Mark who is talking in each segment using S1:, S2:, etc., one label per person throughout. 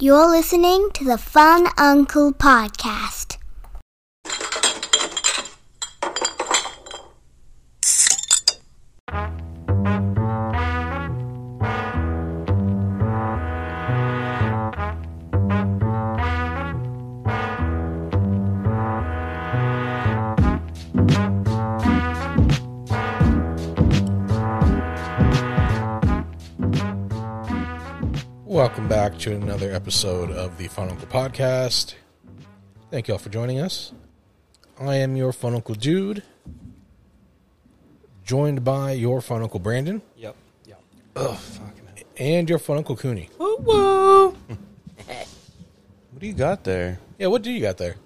S1: You're listening to the Fun Uncle Podcast.
S2: Welcome back to another episode of the Fun Uncle Podcast. Thank you all for joining us. I am your Fun Uncle Dude, joined by your Fun Uncle Brandon
S3: Yep. Yep.
S2: and your Fun Uncle Cooney.
S3: Woo woo.
S4: What do you got there?
S2: Yeah, what do you got there?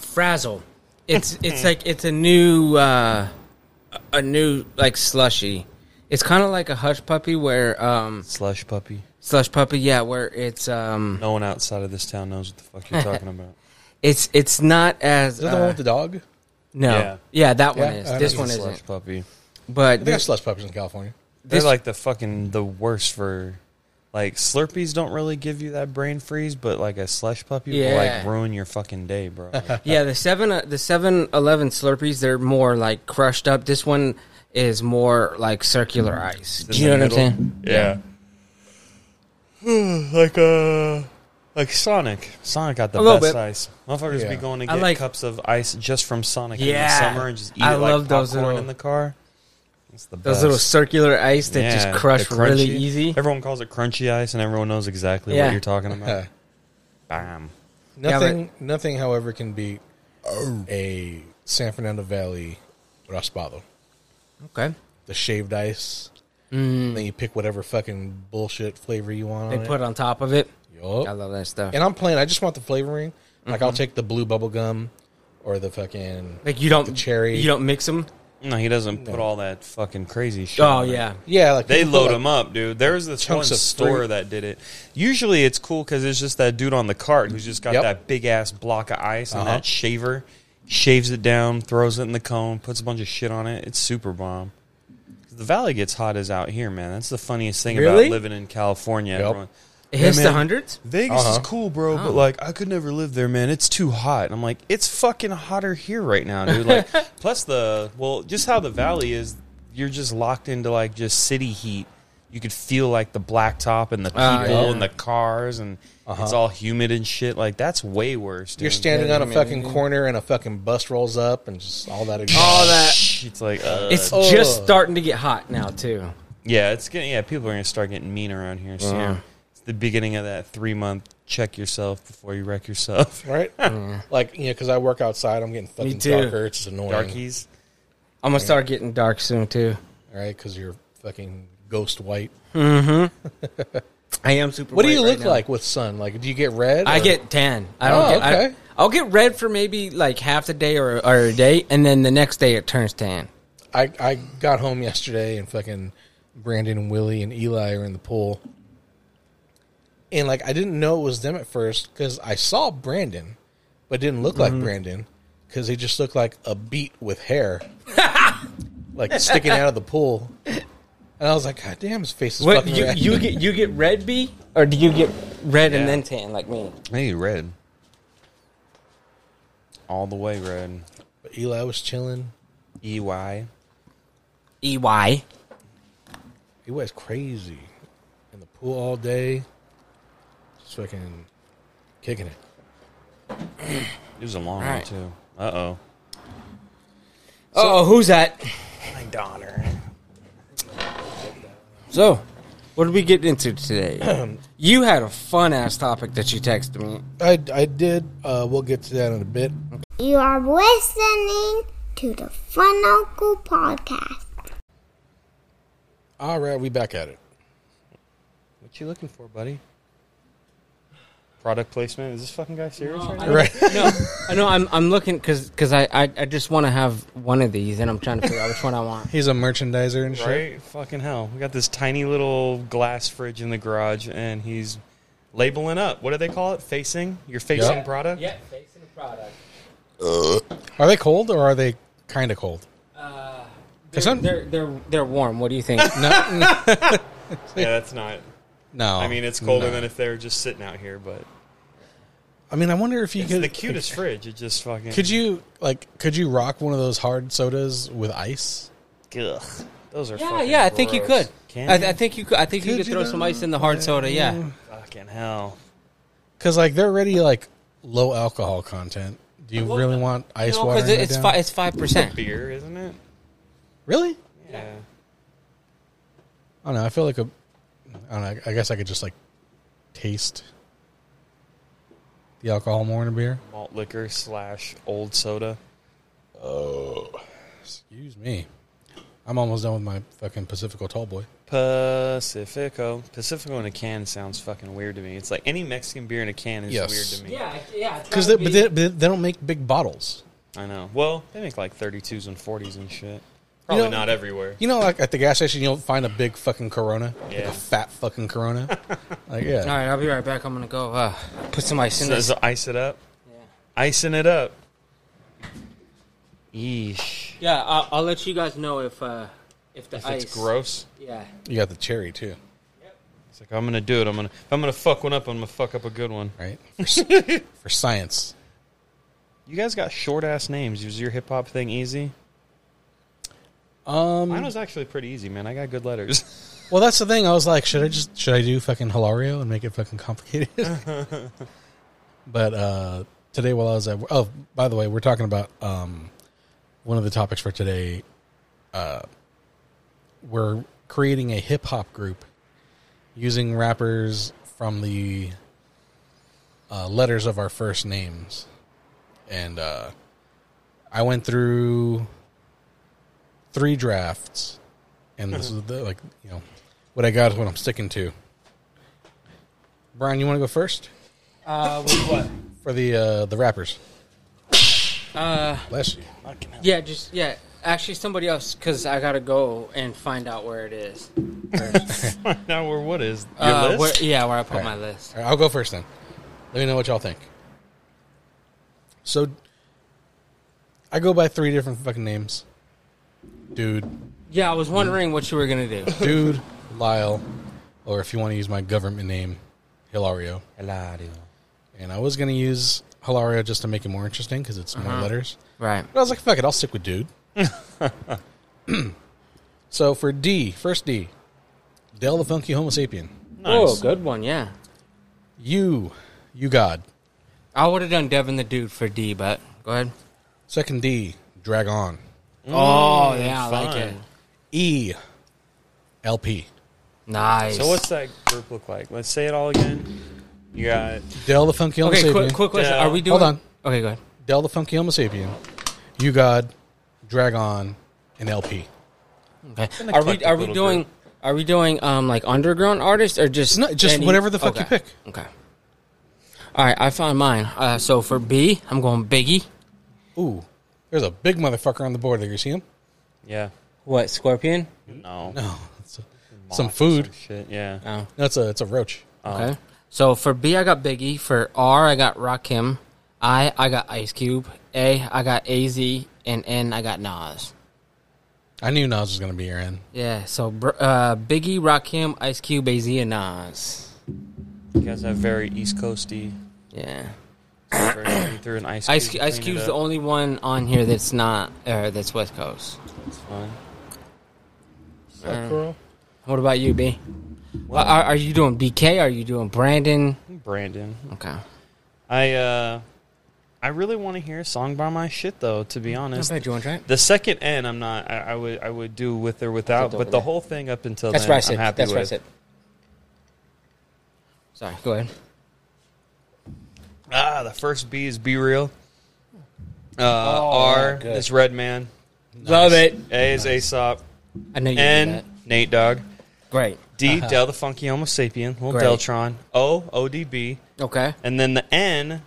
S3: Frazzle. It's it's like it's a new uh a new like slushy. It's kind of like a hush puppy where um
S4: Slush puppy.
S3: slush puppy, yeah, where it's um
S4: No one outside of this town knows what the fuck you're talking about.
S3: it's it's not as
S2: Is that the one
S3: uh,
S2: with the dog? I think
S3: no. Yeah,
S4: Yeah.
S3: that one
S2: Yeah, I
S3: is.
S2: know
S3: This
S2: it's
S3: one
S2: a
S3: isn't.
S4: slush puppy.
S3: But
S2: there's
S3: this,
S2: slush puppies in California.
S4: They're
S3: This-
S4: like the fucking the worst for like Slurpees don't really give you that brain freeze, but like a slush puppy will
S3: Yeah.
S4: like ruin your fucking day, bro.
S3: yeah, the 7 uh, the 711 Slurpees, they're more like crushed up. This one is more like circular ice. Do you know
S4: in the
S3: what I'm
S4: middle.
S3: saying?
S4: yeah. like uh like Sonic. Sonic got the
S3: A little
S4: best
S3: bit.
S4: ice. Motherfuckers
S2: Yeah.
S4: be going to
S3: I
S4: get
S3: like-
S4: cups of ice just from Sonic
S3: Yeah.
S4: in the summer and just eat
S3: I
S4: it like
S3: love those
S4: popcorn
S3: little-
S4: in the car. It's the
S3: Those
S4: best.
S3: little circular ice that
S4: Yeah,
S3: just crush
S4: the
S3: really
S4: crunchy-
S3: easy.
S4: Everyone calls it crunchy ice, and everyone knows exactly
S3: Yeah.
S4: what you're talking about.
S2: Huh.
S4: Bam.
S3: Yeah,
S2: Uh, nothing, nothing, however, can beat a San Fernando Valley raspado.
S3: Okay.
S2: The shaved ice. Then you pick whatever fucking bullshit flavor you want.
S3: Mm. They
S2: on
S3: put
S2: it.
S3: on top of it.
S2: Yup.
S3: I love that stuff.
S2: and I'm playing. I just want the flavoring. Like I'll take the blue bubble gum or the fucking
S3: like you don't
S2: the cherry.
S3: You don't mix them.
S4: No, he doesn't put all that fucking crazy shit.
S3: Oh
S4: on it.
S3: yeah.
S2: yeah. Like
S4: They
S2: people put,
S4: load
S2: like,
S4: them up, dude. There was this one
S2: chunks of
S4: store
S2: fruit.
S4: that did it. Usually it's cool because it's just that dude on the cart who's just got
S2: Yep.
S4: that big ass block of ice and
S2: Uh-huh.
S4: that shaver shaves it down, throws it in the cone, puts a bunch of shit on it. It's super bomb. The valley gets hot as out here, man. That's the funniest thing
S3: Really?
S4: about living in California.
S2: Yep.
S4: Everyone-
S3: It hits
S4: Yeah,
S3: the
S4: man.
S3: hundreds.
S4: Vegas
S2: Uh-huh.
S4: is cool, bro,
S3: Oh.
S4: but like I could never live there, man. It's too hot. And I'm like, it's fucking hotter here right now, dude. Like, plus the well, just how the valley is, you're just locked into like just city heat. You could feel like the blacktop and the people
S3: Ah, yeah.
S4: and the cars, and it's all humid and shit. Like that's way worse. Dude.
S2: Uh-huh. You're standing
S4: Yeah,
S2: on a
S4: I mean,
S2: fucking corner and a fucking bus rolls up and just all that.
S3: All that.
S4: It's like uh,
S3: It's
S2: oh.
S3: just starting to get hot now too.
S4: yeah, it's getting yeah. People are gonna start getting mean around here soon.
S2: Uh-huh.
S4: It's the beginning of that three month check yourself before you wreck yourself.
S2: right? Like you know, because I work outside, I'm getting fucking
S3: too.
S2: darker. It's just annoying,
S4: Darkies.
S3: I'm gonna start getting dark soon too.
S2: right? Because you're fucking ghost white.
S3: I am super.
S2: What do
S3: white
S2: you
S3: right
S2: look
S3: now.
S2: like with sun? Like, do you get red?
S3: I
S2: or-
S3: get tan. I don't
S2: Oh,
S3: get. I-
S2: okay.
S3: I'll get red for maybe like half the day or, or a day, and then the next day it turns tan.
S2: I I got home yesterday and fucking Brandon and Willie and Eli are in the pool, and like I didn't know it was them at first because I saw Brandon, but it didn't look
S3: Mm-hmm.
S2: like Brandon because he just looked like a beat with hair, like sticking out of the pool. And I was like, God damn, his face is
S3: What
S2: fucking
S3: you,
S2: red.
S3: you get? You get red B, or do you get red and
S4: Yeah.
S3: then tan like me?
S4: Hey, red. All the way red. E
S2: But Eli was chilling.
S4: EY.
S3: E Ey.
S2: He was crazy in the pool all day, just fucking kicking it.
S4: It was a long
S3: Right.
S4: one, too. Uh oh.
S3: oh, who's that?
S4: My daughter.
S3: So, what did we get into today? you had a fun ass topic that you texted me.
S2: I I did. Uh, we'll get to that in a bit.
S1: You are listening to the Fun Uncle Podcast.
S2: All right, we back at it.
S4: What you looking for, buddy? Product placement? Is this fucking guy serious right now?
S2: Right.
S3: No, I know I'm I'm looking because I, I I just want to have one of these and I'm trying to figure out which one I want.
S2: He's a merchandiser and shit.
S4: Right? Fucking hell. We got this tiny little glass fridge in the garage, and he's labeling up. What do they call it? Facing? Your facing
S2: Yeah.
S4: product?
S3: Yep, facing the product.
S2: Are they cold or are they kind of cold?
S3: They're,
S2: Some-
S3: Uh, they're they're they're warm. What do you think?
S2: No, no.
S4: Yeah, that's not.
S2: No,
S4: I mean, it's colder
S2: no.
S4: than if they were just sitting out here, but
S2: I mean, I wonder if you
S4: it's
S2: could
S4: the cutest fridge. It just fucking.
S2: Could you like? Could you rock one of those hard sodas with ice?
S4: Ugh. Those are
S3: Yeah,
S4: fucking
S3: yeah, I think you
S4: gross.
S3: could.
S4: Can
S3: I,
S4: you?
S3: I think you could. I think you
S2: Could
S3: could
S2: you
S3: throw some ice in the hard soda. Yeah,
S4: Fucking hell.
S2: Because like they're already like low alcohol content. Do you
S3: Well,
S2: really want ice
S3: No,
S2: water? in
S3: it's
S2: there,
S3: fi-
S2: Dan?
S3: it's five percent.
S4: Beer, isn't it?
S2: Really?
S4: Yeah.
S2: I don't know. I feel like a. I don't know. I guess I could just like taste the alcohol more in a beer.
S4: Malt liquor slash old soda.
S2: Excuse me. I'm almost done with my fucking Pacifico Tall Boy.
S4: Pacifico. Pacifico in a can sounds fucking weird to me. It's like any Mexican beer in a can is
S2: Yes.
S4: weird to me.
S3: yeah.
S2: Because they, but they, but they don't make big bottles.
S4: I know. Well, they make like 32s and 40s and shit. Probably
S2: know-
S4: not everywhere.
S2: You know, like at the gas station, you'll find a big fucking Corona, like
S4: Yeah.
S2: a fat fucking Corona. like yeah.
S3: All right, I'll be right back. I'm gonna go uh, put some ice in
S4: So,
S3: this.
S4: so ice it up. Icing it up. Yeesh.
S3: Yeah, I'll, I'll let you guys know if uh, if the
S4: If
S3: ice.
S4: it's gross.
S3: Yeah.
S2: You got the cherry too,
S4: It's like I'm gonna do it. I'm gonna if I'm gonna fuck one up, I'm gonna fuck up a good one.
S2: right? For, s- for science.
S4: You guys got short ass names. Was your hip hop thing easy?
S2: Um.
S4: Mine was actually pretty easy, man. I got good letters.
S2: Well, that's the thing. I was like, should I just should I do fucking Hilario and make it fucking complicated? but uh, today, while I was at oh, by the way, we're talking about um, one of the topics for today. Uh, we're creating a hip hop group using rappers from the uh, letters of our first names, and uh, I went through three drafts and
S3: Uh-huh.
S2: this is the, like you know what I got is what I'm sticking to. Brian, you want to go first
S3: Uh, what?
S2: for the uh, the rappers?
S3: Uh,
S2: Bless you.
S3: yeah, just yeah. Actually, somebody else, because I gotta go and find out where it is.
S4: now where what is your
S3: Uh,
S4: list?
S3: where, yeah, where I put
S2: All
S3: my
S2: right.
S3: list.
S2: All right, I'll go first then. Let me know what y'all think. So, I go by three different fucking names: dude,
S3: Yeah, I was wondering what you were gonna do.
S2: dude, Lyle, or if you want to use my government name, Hilario. And I was gonna use Hilario just to make it more interesting because it's
S3: Uh-huh.
S2: more letters.
S3: right.
S2: But I was like, fuck it, I'll stick with dude. so for D, first D, Dell the Funky Homo Sapien.
S3: Oh, good one. Yeah.
S2: You, you God.
S3: I would have done Devin the dude for D, but go ahead.
S2: Second D, Drag On.
S4: Mm,
S3: oh yeah, I like
S4: fun.
S3: it.
S2: E, LP.
S3: Nice.
S4: So what's that group look like? Let's say it all again. You got
S2: Dell the Funky Homo
S3: okay?
S2: Sapien.
S3: Quick, quick question.
S4: Yeah.
S3: Are we doing?
S2: Hold on.
S3: Okay, go ahead.
S2: Dell the Funky Homo Sapien. You God, Drag On, and LP.
S3: Okay. Are we
S4: eclectic
S3: are we
S4: little
S3: doing
S4: group.
S3: are we doing um like underground artists or just
S2: No, just whatever the fuck you
S3: okay.
S2: pick.
S3: Okay. All right, I found mine. Uh, so for B, I'm going Biggie.
S2: Ooh, there's a big motherfucker on the board there. You see him?
S4: yeah.
S3: What Scorpion?
S4: No.
S2: No. It's a, some
S4: Moth or
S2: food.
S4: Shit. Yeah.
S3: Oh,
S2: No, it's a, it's a roach.
S3: okay. So for B, I got Biggie. For R, I got Rakim. I I got Ice Cube. A I got A Z, and N I got Nas.
S2: I knew Nas was going to be your end.
S3: Yeah. So br- uh, Biggie, Rakim, Ice Cube, A Z, and Nas.
S4: You guys have very East Coasty.
S3: Yeah.
S4: very clean through an ice.
S3: Ice
S4: Cube
S3: Ice
S4: clean it
S3: Cube's
S4: up.
S3: the only one on here that's not uh, that's West Coast.
S4: It's fine.
S3: What about you, B? Well, are, are you doing BK? Are you doing Brandon?
S4: Brandon.
S3: Okay.
S4: I uh, I really want to hear a song by my shit though. To be honest,
S3: you want to try it?
S4: The second N, I'm not. I, I would. I would do with or without.
S3: Don't
S4: But
S3: worry.
S4: the whole thing up until
S3: That's
S4: then,
S3: what I
S4: I'm
S3: said.
S4: happy
S3: That's
S4: with.
S3: what I said. Sorry, go ahead.
S4: Ah, the first B is be real. Uh, R
S3: good.
S4: is Red Man.
S3: Oh, Love it.
S4: A is Aesop.
S3: I know you did
S4: N
S3: that.
S4: Nate Dog.
S3: Great.
S4: D Del the Funky Homo Sapien. Little
S3: Great.
S4: Deltron. O ODB.
S3: Okay.
S4: And then the N.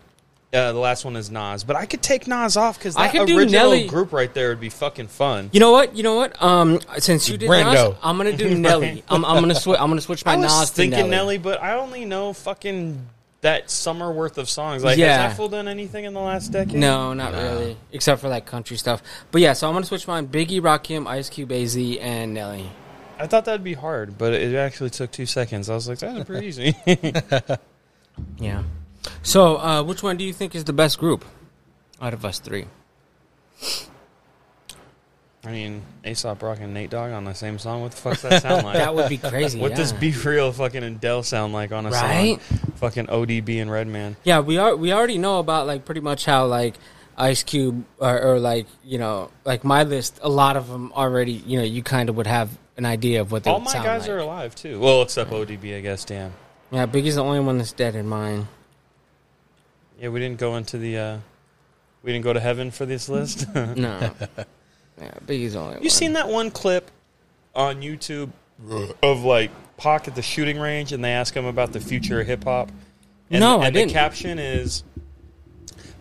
S4: Uh, the last one is Nas, but I could take Nas off because
S3: I
S4: that
S3: could do
S4: original
S3: Nelly.
S4: group right there would be fucking fun.
S3: You know what? You know what? Um, since you did
S2: Brando.
S3: Nas, I'm gonna do Nelly. I'm, I'm gonna switch. I'm gonna switch my
S4: I was
S3: Nas
S4: thinking
S3: to
S4: Nelly.
S3: Nelly.
S4: but I only know fucking that summer worth of songs. Like,
S3: Yeah.
S4: has that fool done anything in the last decade?
S3: No, not really. Except for like country stuff. But yeah, so I'm gonna switch mine. Biggie, Rakim, Ice Cube, AZ, and Nelly.
S4: I thought that'd be hard, but it actually took two seconds. I was like, that's pretty easy.
S3: Yeah. So, uh, which one do you think is the best group out of us three?
S4: I mean, Aesop Rock and Nate Dogg on the same song. What the fuck's that sound like?
S3: That would be crazy.
S4: what
S3: yeah.
S4: does Be Real fucking and Dell sound like on a
S3: Right?
S4: song? Fucking ODB and Redman.
S3: Yeah, we are. We already know about like pretty much how like Ice Cube or, or like you know like my list. A lot of them already. You know, you kind of would have an idea of what they
S4: All
S3: would
S4: my
S3: sound
S4: guys
S3: like.
S4: are alive too. Well, except ODB, I guess. Damn.
S3: Yeah, Biggie's the only one that's dead in mine.
S4: Yeah, we didn't go into the. uh We didn't go to heaven for this list.
S3: No. yeah, Biggie's the only.
S4: you seen that one clip on YouTube of like Pac at the shooting range, and they ask him about the future of hip hop. And,
S3: No,
S4: and
S3: I
S4: the
S3: didn't.
S4: caption is.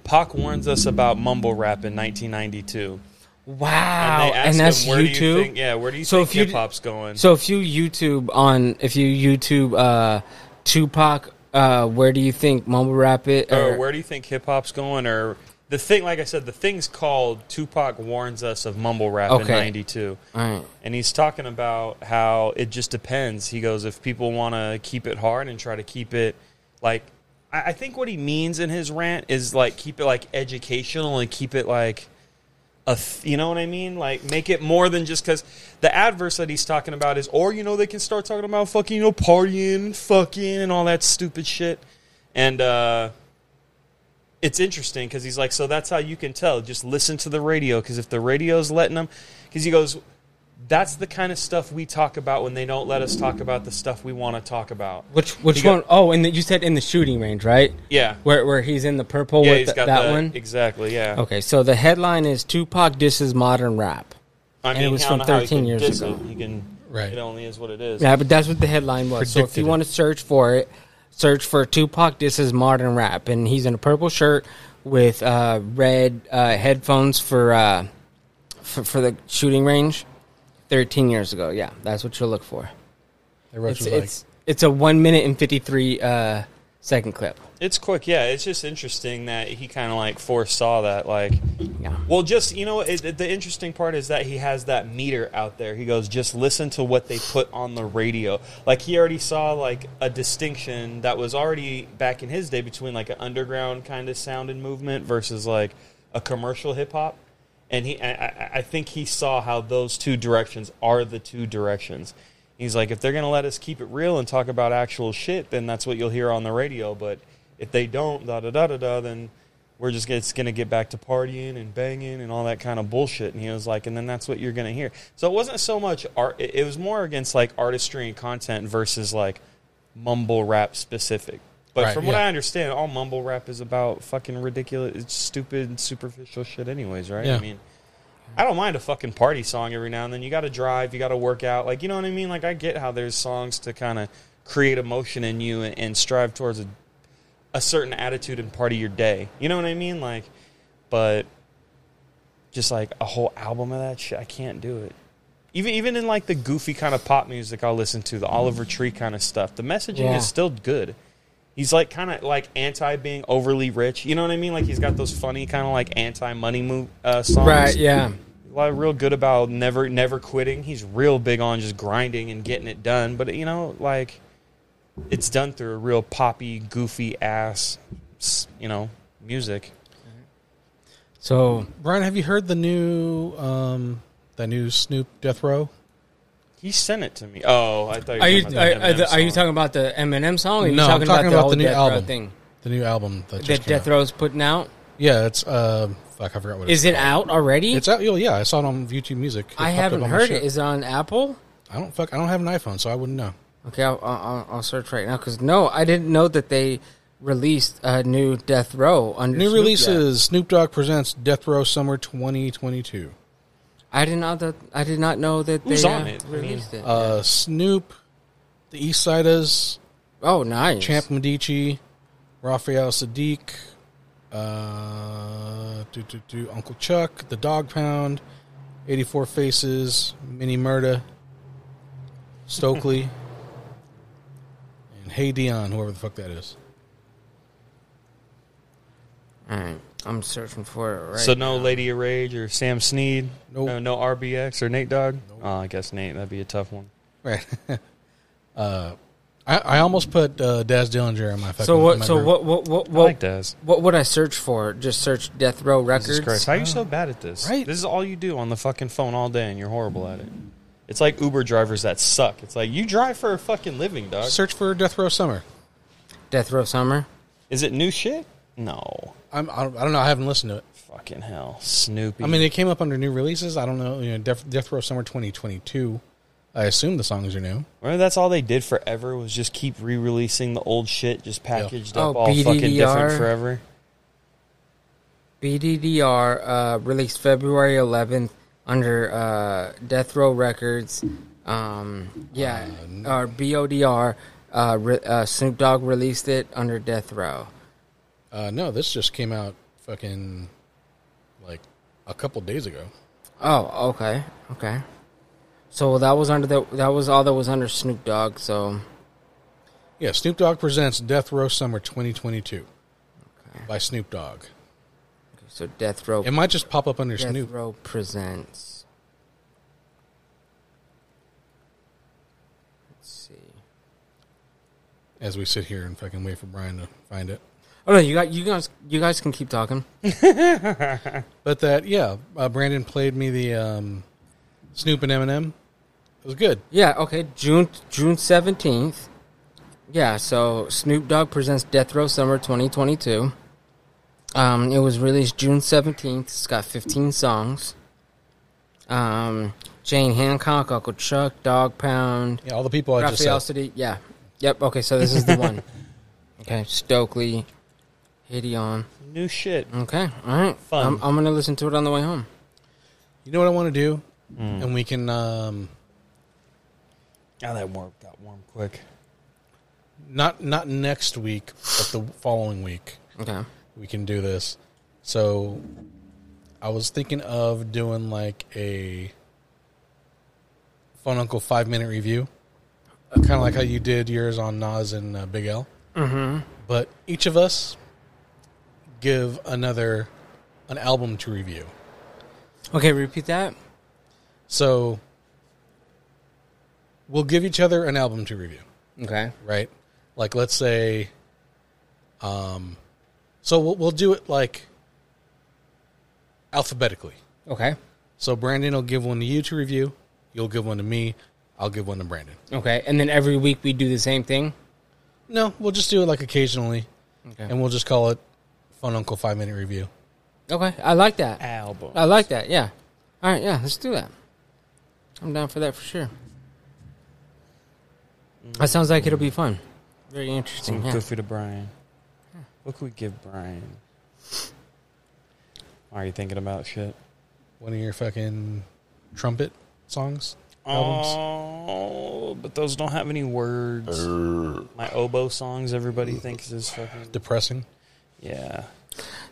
S4: Pac warns us about mumble rap in 1992.
S3: Wow, and, that's
S4: where
S3: YouTube.
S4: Do you think, yeah, where do you
S3: So
S4: think
S3: if you
S4: hip hop's going?
S3: So if you YouTube on if you YouTube uh Tupac, uh where do you think mumble rap it?
S4: or Oh, where do you think hip hop's going? Or the thing, like I said, the thing's called "Tupac warns us of mumble rap" in
S3: Okay.
S4: '92,
S3: all right.
S4: and he's talking about how it just depends. He goes, if people want to keep it hard and try to keep it like, I, I think what he means in his rant is like keep it like educational and keep it like. A th- you know what I mean? Like, make it more than just because the adverse that he's talking about is, or you know, they can start talking about fucking, you know, partying, fucking, and all that stupid shit. And uh, it's interesting because he's like, so that's how you can tell. Just listen to the radio because if the radio's letting them, because he goes, that's the kind of stuff we talk about when they don't let us talk about the stuff we want to talk about.
S3: Which which
S4: You got-
S3: one oh, and the, you said in the shooting range, right?
S4: Yeah.
S3: Where where he's in the purple
S4: yeah,
S3: with
S4: he's
S3: th-
S4: got
S3: that
S4: the-
S3: one.
S4: exactly. Yeah,
S3: Okay, so the headline is Tupac disses modern rap.
S4: I
S3: And it was
S4: I
S3: from
S4: don't know how you
S3: 13
S4: can
S3: years
S4: diss
S3: ago.
S4: It. You can,
S2: Right.
S4: It only is what it is.
S3: Yeah, but that's what the headline was. So if
S2: Predicted
S3: you
S2: it.
S3: want to search for it, search for Tupac disses modern rap, and he's in a purple shirt with uh, red uh, headphones for, uh, for for the shooting range. Thirteen years ago, yeah, that's what you'll look for.
S2: The rest
S3: It's
S2: was like,
S3: it's, it's a one minute and fifty three uh, second clip.
S4: It's quick. Yeah, it's just interesting that he kind of like foresaw that. Like,
S3: Yeah,
S4: well, just you know, it, it- the interesting part is that he has that meter out there. He goes, just listen to what they put on the radio. Like he already saw like a distinction that was already back in his day between like an underground kind of sound and movement versus like a commercial hip hop. And he, I, I- I think he saw how those two directions are the two directions. He's like, if they're gonna let us keep it real and talk about actual shit, then that's what you'll hear on the radio. But if they don't, da da da da da, then we're just it's gonna get back to partying and banging and all that kind of bullshit. And he was like, and then that's what you're gonna hear. So it wasn't so much art; it it was more against like artistry and content versus like mumble rap specific. But
S2: Right,
S4: from what
S2: yeah.
S4: I understand, all mumble rap is about fucking ridiculous, it's stupid, superficial shit, anyways, right? I
S2: Yeah.
S4: mean, I don't mind a fucking party song every now and then. You got to drive, you got to work out. Like, you know what I mean? Like, I get how there's songs to kind of create emotion in you and, and strive towards a, a certain attitude and part of your day. You know what I mean? Like, but just like a whole album of that shit, I can't do it. Even even in like the goofy kind of pop music I'll listen to, the Oliver Tree kind of stuff, the messaging
S3: Yeah.
S4: is still good. He's like kind of like anti being overly rich. You know what I mean? Like he's got those funny kind of like anti money move uh, songs.
S3: right. Yeah,
S4: A lot of real good about never never quitting. He's real big on just grinding and getting it done. But you know, like it's done through a real poppy, goofy ass, s- you know, music.
S3: so
S2: Brian, have you heard the new um the new Snoop Death Row?
S4: He sent it to me. Oh, I thought.
S3: are you
S4: were
S3: are,
S4: talking about the
S3: are
S4: Eminem
S3: you talking
S4: song.
S3: about the Eminem song? Or are you
S2: No, I'm
S3: talking,
S2: talking
S3: about,
S2: about the
S3: the, old
S2: new
S3: Death Row
S2: album
S3: thing
S2: The new album that just
S3: that
S2: came
S3: Death
S2: out.
S3: Row's putting out.
S2: Yeah, it's uh fuck, I forgot what
S3: Is
S2: it's
S3: it out already?
S2: It's out. oh, yeah, I saw it on YouTube Music. It
S3: I
S2: popped up
S3: haven't
S2: on my
S3: heard
S2: shit.
S3: it. Is it on Apple?
S2: I don't fuck. I don't have an iPhone, so I wouldn't know.
S3: Okay, I'll, I'll, I'll- I'll search right now because no, I didn't know that they released a new Death Row under
S2: New
S3: Snoop yet.
S2: releases: Snoop Dogg presents Death Row Summer 2022.
S3: I did not that I did not know that
S4: Who's
S3: they
S4: on
S3: uh,
S4: it? I mean,
S3: released it.
S2: Uh, Snoop, the East Siders,
S3: oh, nice.
S2: Champ Medici, Raphael Sadiq, uh, do, do, do, Uncle Chuck, The Dog Pound, 84 Faces, Mini Murda, Stokely, and Hey Dion, whoever the fuck that is.
S3: All right, I'm searching for it right.
S4: So no Lady of Rage or Sam Sneed.
S2: Nope.
S4: No, no RBX or Nate Dogg. Oh, I guess Nate. That'd be a tough one.
S2: Right. uh, I, I almost put uh, Daz Dillinger on my fucking.
S3: So
S2: on
S3: what?
S2: my
S3: So
S2: burger.
S3: what? What? What?
S4: I
S3: What,
S4: like Daz.
S3: what would I search for? Just search death row
S4: Jesus
S3: records.
S4: Christ,
S3: Oh.
S4: how are you so bad at this?
S2: Right.
S4: This is all you do on the fucking phone all day, and you're horrible at it. It's like Uber drivers that suck. It's like you drive for a fucking living, dog.
S2: Search for Death Row Summer.
S3: Death row summer.
S4: Is it new shit? No.
S2: I'm, I don't I don't know. I haven't listened to it.
S4: Fucking hell, Snoopy.
S2: I mean, it came up under new releases. I don't know. You know, Death, Death Row Summer 2022. I assume the songs are new.
S4: remember that's all they did forever was just keep re-releasing the old shit, just packaged
S3: Oh,
S4: up all fucking different
S3: BDDR.
S4: forever.
S3: BDDR uh, released February 11th under uh, Death Row Records. Um, yeah, or BODR. Uh, re- uh, Snoop Dogg released it under Death Row.
S2: Uh, no, this just came out fucking like a couple days ago.
S3: Oh, okay, okay. So that was under the that was all that was under Snoop Dogg. So
S2: Yeah, Snoop Dogg presents Death Row Summer 2022 by Snoop Dogg.
S3: so Death Row
S2: It might just pop up under
S3: Death
S2: Snoop.
S3: Row presents. Let's see.
S2: as we sit here and fucking wait for Brian to find it.
S3: Oh no, you got you guys you guys can keep talking.
S2: But that, yeah, uh, Brandon played me the um, Snoop and Eminem. It was good.
S3: Yeah, okay. June June seventeenth. Yeah, so Snoop Dogg presents Death Row Summer twenty twenty two. Um, it was released June seventeenth. It's got fifteen songs. Um, Jane Hancock, Uncle Chuck, Dog Pound,
S2: Yeah, all the people Oh, I
S3: Raphael
S2: just said.
S3: City. Yeah. Yep. Okay. So this is the one. Okay. Stokely, Hideon.
S4: New shit.
S3: Okay. All right.
S4: Fun.
S3: I'm, I'm gonna listen to it on the way home.
S2: You know what I want to do, and we can um,
S4: Oh, that warm got warm quick.
S2: not not next week, but the following week
S3: Okay.
S2: we can do this. So, I was thinking of doing like a Fun Uncle five minute review, kind of like how you did yours on Nas and uh, Big L.
S3: Mm-hmm.
S2: but each of us give another an album to review.
S3: Okay. Repeat that.
S2: So we'll give each other an album to review,
S3: Okay.
S2: right? Like let's say um so we'll we'll do it like alphabetically.
S3: Okay.
S2: So Brandon will give one to you to review, you'll give one to me, I'll give one to Brandon.
S3: Okay, and then every week we do the same thing.
S2: No, we'll just do it like occasionally
S3: Okay.
S2: and we'll just call it Fun Uncle 5 minute review.
S3: okay, I like that.
S4: Album.
S3: I like that. Yeah. All right. Yeah. Let's do that. I'm down for that for sure. That sounds like it'll be fun. Very interesting.
S4: Some
S3: Yeah.
S4: goofy to Brian. What could we give Brian? Why are you thinking about shit?
S2: one of your fucking trumpet songs albums.
S4: Oh, but those don't have any words. My oboe songs, everybody thinks is fucking.
S2: Depressing.
S4: Yeah.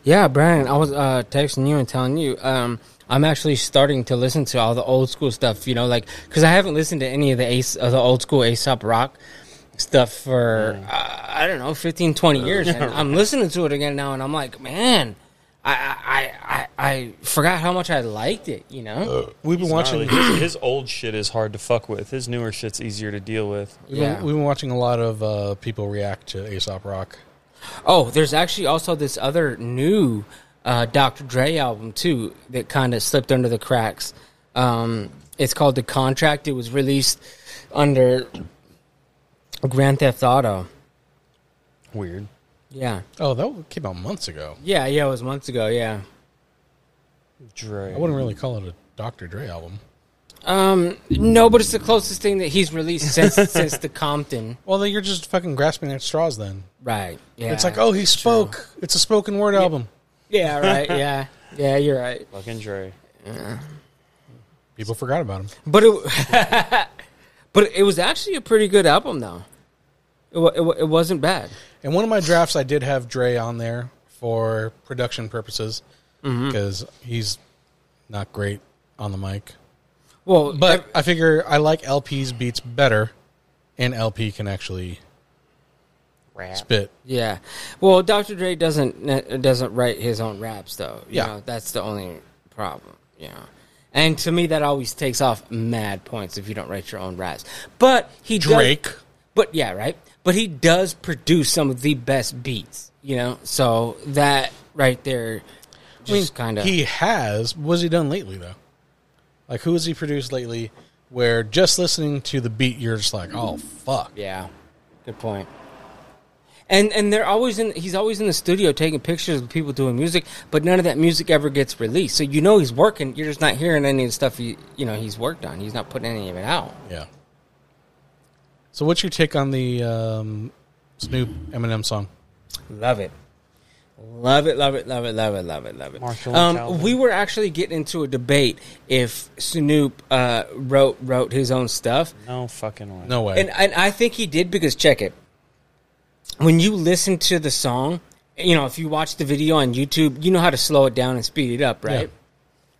S3: Yeah, Brian. I was uh, texting you and telling you. Um, I'm actually starting to listen to all the old school stuff. You know, like because I haven't listened to any of the Ace of the old school Aesop Rock stuff for uh, I don't know 15, 20 years. And I'm listening to it again now, and I'm like, man, I I I, I I forgot how much I liked it. You know.
S2: We've been watching.
S4: Gnarly. his, his old shit is hard to fuck with. His newer shit's easier to deal with.
S2: We've, been,
S3: Yeah.
S2: we've been watching a lot of uh, people react to Aesop Rock.
S3: Oh, there's actually also this other new uh, Dr. Dre album too that kind of slipped under the cracks. Um, it's called The Contract. It was released under Grand Theft Auto.
S4: Weird.
S3: Yeah,
S2: Oh, that came out months ago.
S3: yeah, yeah. It was months ago. Yeah.
S4: Dre.
S2: I wouldn't really call it a Dr. Dre album.
S3: Um, no, but it's the closest thing that he's released since since the Compton.
S2: Well, then you're just fucking grasping at straws. Then
S3: Right. Yeah.
S2: it's like, oh, he spoke. It's a spoken word album.
S3: Yeah. Right. Yeah. Yeah. You're right.
S4: Fucking Dre.
S2: People forgot about him.
S3: But it, but it was actually a pretty good album though. It wa- it, wa- it wasn't bad.
S2: And one of my drafts, I did have Dre on there for production purposes
S3: Mm-hmm.
S2: because he's not great on the mic.
S3: Well,
S2: But I figure I like LP's beats better, and LP can actually spit.
S3: Yeah, well, Dr. Dre doesn't uh, doesn't write his own raps though. You
S2: Yeah.
S3: know, that's the only problem. Yeah, And to me, that always takes off mad points if you don't write your own raps. But he does-
S2: Drake.
S3: but yeah, right. But he does produce some of the best beats, you know. So that right there, just kind of
S2: He has. What's he done lately though? Like who has he produced lately? Where just listening to the beat, you're just like, oh fuck.
S3: yeah. Good point. And and they're always in. He's always in the studio taking pictures of people doing music, but none of that music ever gets released. So you know he's working. You're just not hearing any of the stuff he you know he's worked on. He's not putting any of it out.
S2: Yeah. So what's your take on the um, Snoop Eminem song?
S3: Love it. Love it, love it, love it, love it, love it, love it.
S4: Marshall and
S3: um,
S4: Calvin.
S3: we were actually getting into a debate if Snoop uh, wrote wrote his own stuff,
S4: No fucking way.
S2: No way.
S3: and and I think he did because check it. When you listen to the song, you know if you watch the video on YouTube, you know how to slow it down and speed it up, right?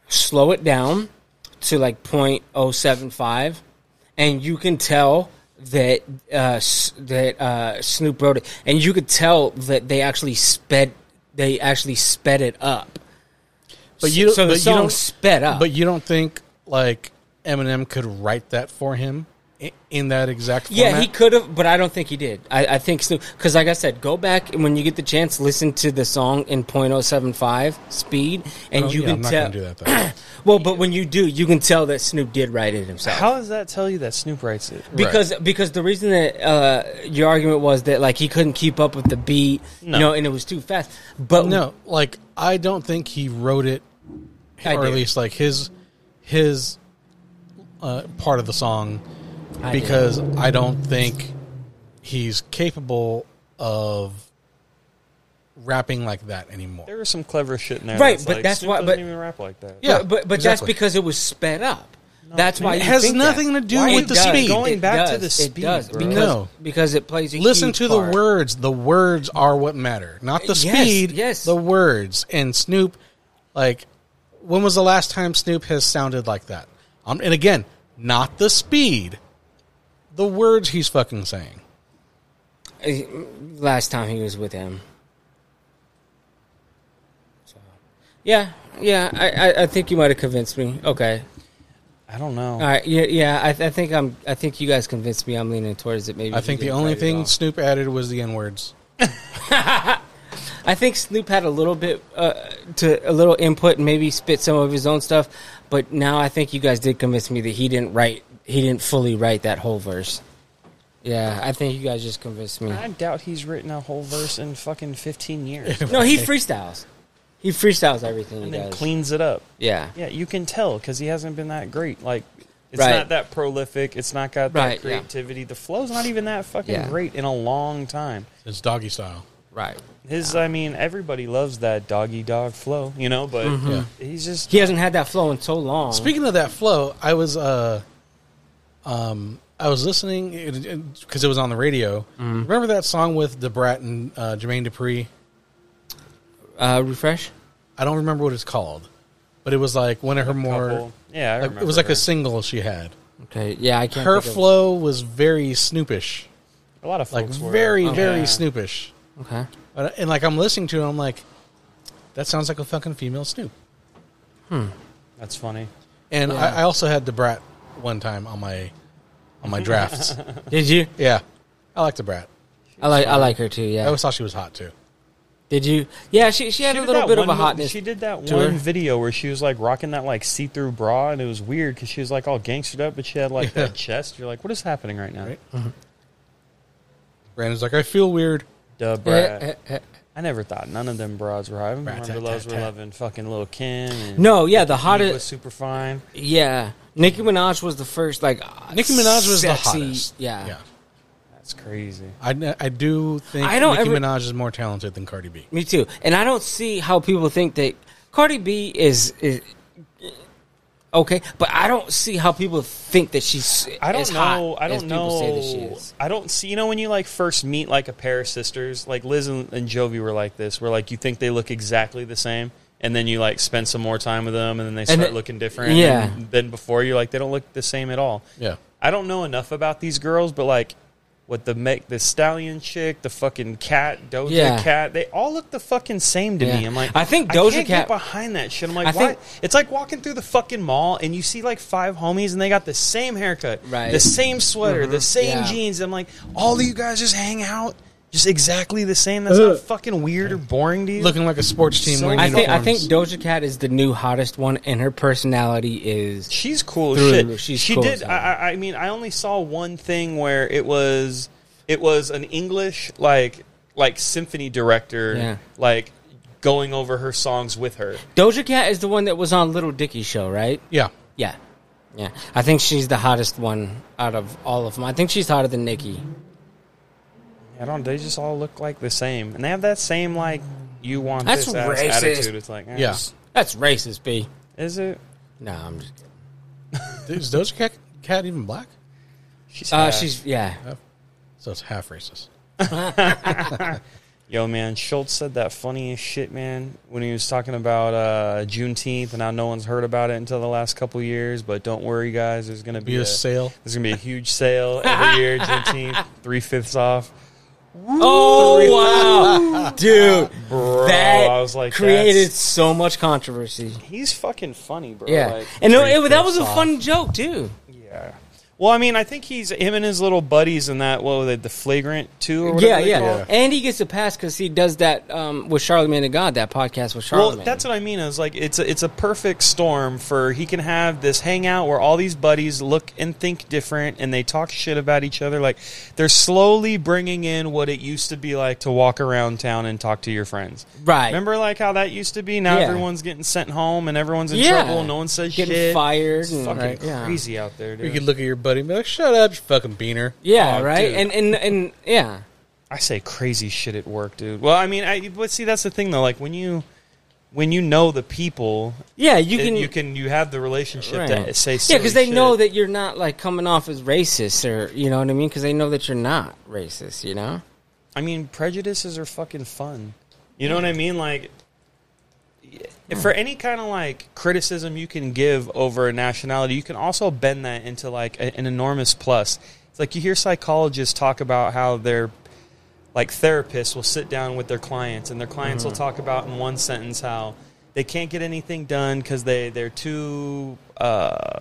S3: Slow it down to like 0.075 and you can tell that uh, S- that uh, Snoop wrote it, and you could tell that they actually sped they actually sped it up.
S2: but you don't,
S3: so the
S2: but
S3: song
S2: you don't,
S3: sped up.
S2: But you don't think like Eminem could write that for him in, in that exact format?
S3: Yeah, he could have, but I don't think he did. I, I think Snoop, because like I said, go back and when you get the chance, listen to the song in .075 speed, and
S2: Oh,
S3: you
S2: yeah,
S3: can
S2: I'm not
S3: tell.
S2: gonna do that though.
S3: Well, but when you do, you can tell that Snoop did write it himself.
S4: How does that tell you that Snoop writes it?
S3: because because the reason that uh, your argument was that like he couldn't keep up with the beat,
S4: No.
S3: you know, and it was too fast. But
S2: No, like I don't think he wrote it,
S3: I
S2: or at
S3: do.
S2: least like his his uh, part of the song,
S3: I do.
S2: because I don't think he's capable of rapping like that anymore.
S4: There was some clever shit in there.
S3: Right,
S4: that's
S3: but
S4: like,
S3: that's
S4: Snoop
S3: why-
S4: doesn't
S3: but-
S4: even rap like that.
S2: Yeah,
S3: but but, but
S2: exactly.
S3: that's because it was sped up. that's why
S2: It
S3: you
S2: has
S3: think
S2: nothing
S3: that.
S2: to do Why with
S3: It
S2: the
S3: does.
S2: speed.
S4: Going
S3: It
S4: back to
S3: does.
S4: the speed,
S3: It does
S4: bro.
S3: because,
S2: No.
S3: because it plays. A
S2: Listen
S3: huge
S2: to the
S3: part.
S2: words. The words are what matter, not the
S3: Yes,
S2: speed.
S3: yes.
S2: the words. And Snoop, like, when was the last time Snoop has sounded like that? Um, and again, not the speed, the words he's fucking saying.
S3: Uh, last time he was with him. So, yeah, yeah, I, I, I think you might have convinced me. Okay,
S4: I don't know.
S3: all right, yeah, yeah, I, I think I'm, I think you guys convinced me. I'm leaning towards it. Maybe
S2: I
S3: he
S2: think the
S3: didn't
S2: only
S3: write it
S2: thing
S3: all.
S2: Snoop added was the n words.
S3: I think Snoop had a little bit uh, to a little input and maybe spit some of his own stuff, but now I think you guys did convince me that he didn't write, he didn't fully write that whole verse. Yeah, I think you guys just convinced me.
S4: I doubt he's written a whole verse in fucking 15 years.
S3: No, he freestyles. He freestyles everything.
S4: and
S3: you
S4: then
S3: guys.
S4: cleans it up.
S3: Yeah.
S4: Yeah, you can tell because he hasn't been that great. Like, it's
S3: Right.
S4: not that prolific. It's not got that
S3: Right, yeah.
S4: creativity. The flow's not even that fucking
S3: Yeah.
S4: great in a long time.
S2: It's doggy style.
S3: Right.
S4: His, I mean, everybody loves that doggy dog flow, you know, but
S2: Yeah.
S4: he's just.
S3: Mm-hmm. He hasn't had that flow in so long.
S2: Speaking of that flow, I was uh, um, I was listening because it was on the radio.
S4: Mm-hmm.
S2: Remember that song with Debrat and uh, Jermaine Dupri?
S3: uh, refresh.
S2: I don't remember what it's called, but it was like one of her more.
S4: couple- yeah, I
S2: like,
S4: remember
S2: it was like
S4: her.
S2: a single she had.
S3: Okay. Yeah, I can't.
S2: Her
S3: think of-
S2: flow was very snoopish,
S4: a lot of
S2: like
S4: folks were. oh,
S2: very, very
S4: Yeah.
S2: snoopish.
S3: Okay.
S2: But- uh, And like I'm listening to it, I'm like, that sounds like a fucking female Snoop.
S4: That's funny.
S2: And
S3: Yeah.
S2: I, I also had Debrat one time on my on my drafts.
S3: Did you?
S2: yeah, I like Debrat.
S3: I like. I like her too.
S2: I
S3: Yeah.
S2: always thought she was hot too.
S3: Did you? Yeah. She she had
S4: She
S3: a
S4: did
S3: little
S4: that
S3: bit of
S4: one
S3: a
S4: mo-
S3: hotness.
S4: She did that
S3: to
S4: one
S3: her.
S4: video where she was like rocking that like see-through bra, and it was weird because she was like all gangstered up, but she had like
S2: Yeah.
S4: that chest. You're like, what is happening right now?
S2: Right. Brandon's like, I feel weird.
S4: Duh,
S3: Eh,
S4: brat.
S3: eh, eh.
S4: I never thought none of them broads were hot. I remember
S2: tat,
S4: those
S2: tat,
S4: were
S2: tat.
S4: loving fucking little Kim. And
S3: No. Yeah. The
S4: Eve was
S3: hottest.
S4: super fine.
S3: Yeah. Nicki Minaj was the first. Like uh,
S2: Nicki Minaj was the
S3: sexy-
S2: hottest.
S3: Yeah.
S2: yeah.
S4: That's crazy.
S2: I, I do think
S3: I don't
S2: Nicki
S3: ever-
S2: Minaj is more talented than Cardi B.
S3: Me too. And I don't see how people think that Cardi B is is. Okay, but I don't see how people think that she's.
S4: I don't
S3: as hot
S4: know. I
S3: as
S4: don't
S3: people
S4: know.
S3: Say that she is.
S4: I don't see. You know, when you like first meet like a pair of sisters, like Liz and, and Jovi were like this, where like you think they look exactly the same, and then you like spend some more time with them, and then they start
S3: it-
S4: looking different.
S3: yeah.
S4: Than before, you're like they don't look the same at all.
S2: Yeah.
S4: I don't know enough about these girls, but like What the mech, the stallion chick, the fucking cat, Doja
S3: Yeah.
S4: Cat, they all look the fucking same to me.
S3: Yeah.
S4: I'm like,
S3: I think
S4: I
S3: Doja
S4: can't
S3: Cat-
S4: get behind that shit. I'm like,
S3: I
S4: why?
S3: think-
S4: it's like walking through the fucking mall and you see like five homies and they got the same haircut,
S3: Right. Mm-hmm.
S4: the same sweater, the same
S3: Yeah.
S4: jeans. I'm like, all of you guys just hang out, just exactly the same. That's
S3: Uh.
S4: not fucking weird or boring to you.
S2: Looking like a sports team
S4: So-
S2: wearing
S3: I think I think
S2: uniforms.
S3: Doja Cat is the new hottest one, and her personality is
S4: She's cool as
S3: Through
S4: shit.
S3: and through. She's
S4: she
S3: cool as
S4: did.
S3: hell.
S4: I, I- I mean, I only saw one thing where it was it was an English like like symphony director
S3: Yeah.
S4: like going over her songs with her.
S3: Doja Cat is the one that was on Little Dicky show, right?
S2: yeah.
S3: Yeah, yeah. I think she's the hottest one out of all of them. I think she's hotter than Nicki.
S4: I don't. They just all look like the same, and they have that same like you want
S3: That's
S4: this ass
S3: racist.
S4: attitude. It's like eh,
S2: Yeah.
S3: That's racist, B.
S4: Is it?
S3: No, I'm just.
S2: Is Doja Cat, Cat even black?
S4: She's
S3: Uh,
S4: half.
S3: she's yeah.
S2: So it's half racist.
S4: Yo, man, Schultz said that funniest shit, man, when he was talking about uh, Juneteenth, and now no one's heard about it until the last couple years. But don't worry, guys, there's gonna be,
S2: Be a sale.
S4: There's gonna be a huge sale every year, Juneteenth, three fifths off.
S3: Oh wow, dude,
S4: Bro,
S3: that
S4: I was like,
S3: created
S4: that's-
S3: so much controversy.
S4: He's fucking funny, bro.
S3: Yeah,
S4: Like,
S3: and no, it, that
S4: three-fifths
S3: was a
S4: off.
S3: fun joke too.
S4: Yeah. Well, I mean, I think he's him and his little buddies in that. What was it, the flagrant two? Or whatever
S3: Yeah,
S4: they
S3: yeah,
S4: call it?
S3: And he gets a pass because he does that um, with Charlemagne the God, that podcast with
S4: Well,
S3: Charlemagne.
S4: that's what I mean. Is like it's a, it's a perfect storm for he can have this hangout where all these buddies look and think different, and they talk shit about each other. Like they're slowly bringing in what it used to be like to walk around town and talk to your friends.
S3: right.
S4: Remember, like how that used to be. Now
S3: Yeah.
S4: everyone's getting sent home and everyone's in
S3: Yeah.
S4: trouble. and No one says
S3: Getting
S4: shit.
S3: fired
S4: It's
S3: and-
S4: fucking
S3: right, yeah.
S4: crazy out there,
S2: You
S4: dude.
S2: could look at your buddy and be like, "Shut up, you fucking beaner."
S3: Yeah,
S4: Oh,
S3: right.
S4: dude.
S3: And and and yeah,
S4: I say crazy shit at work, dude. Well, I mean, I but see that's the thing though. Like when you when you know the people,
S3: yeah. You
S4: it-
S3: can
S4: you can you have the relationship to
S3: right.
S4: say
S3: yeah
S4: silly
S3: because they
S4: shit.
S3: know that you're not like coming off as racist or you know what I mean because they know that you're not racist. You know.
S4: I mean, prejudices are fucking fun. You know what I mean? Like, if for any kind of like criticism you can give over a nationality, you can also bend that into like a, an enormous plus. It's like you hear psychologists talk about how their like therapists will sit down with their clients, and their clients will talk about in one sentence how they can't get anything done because they they're too uh,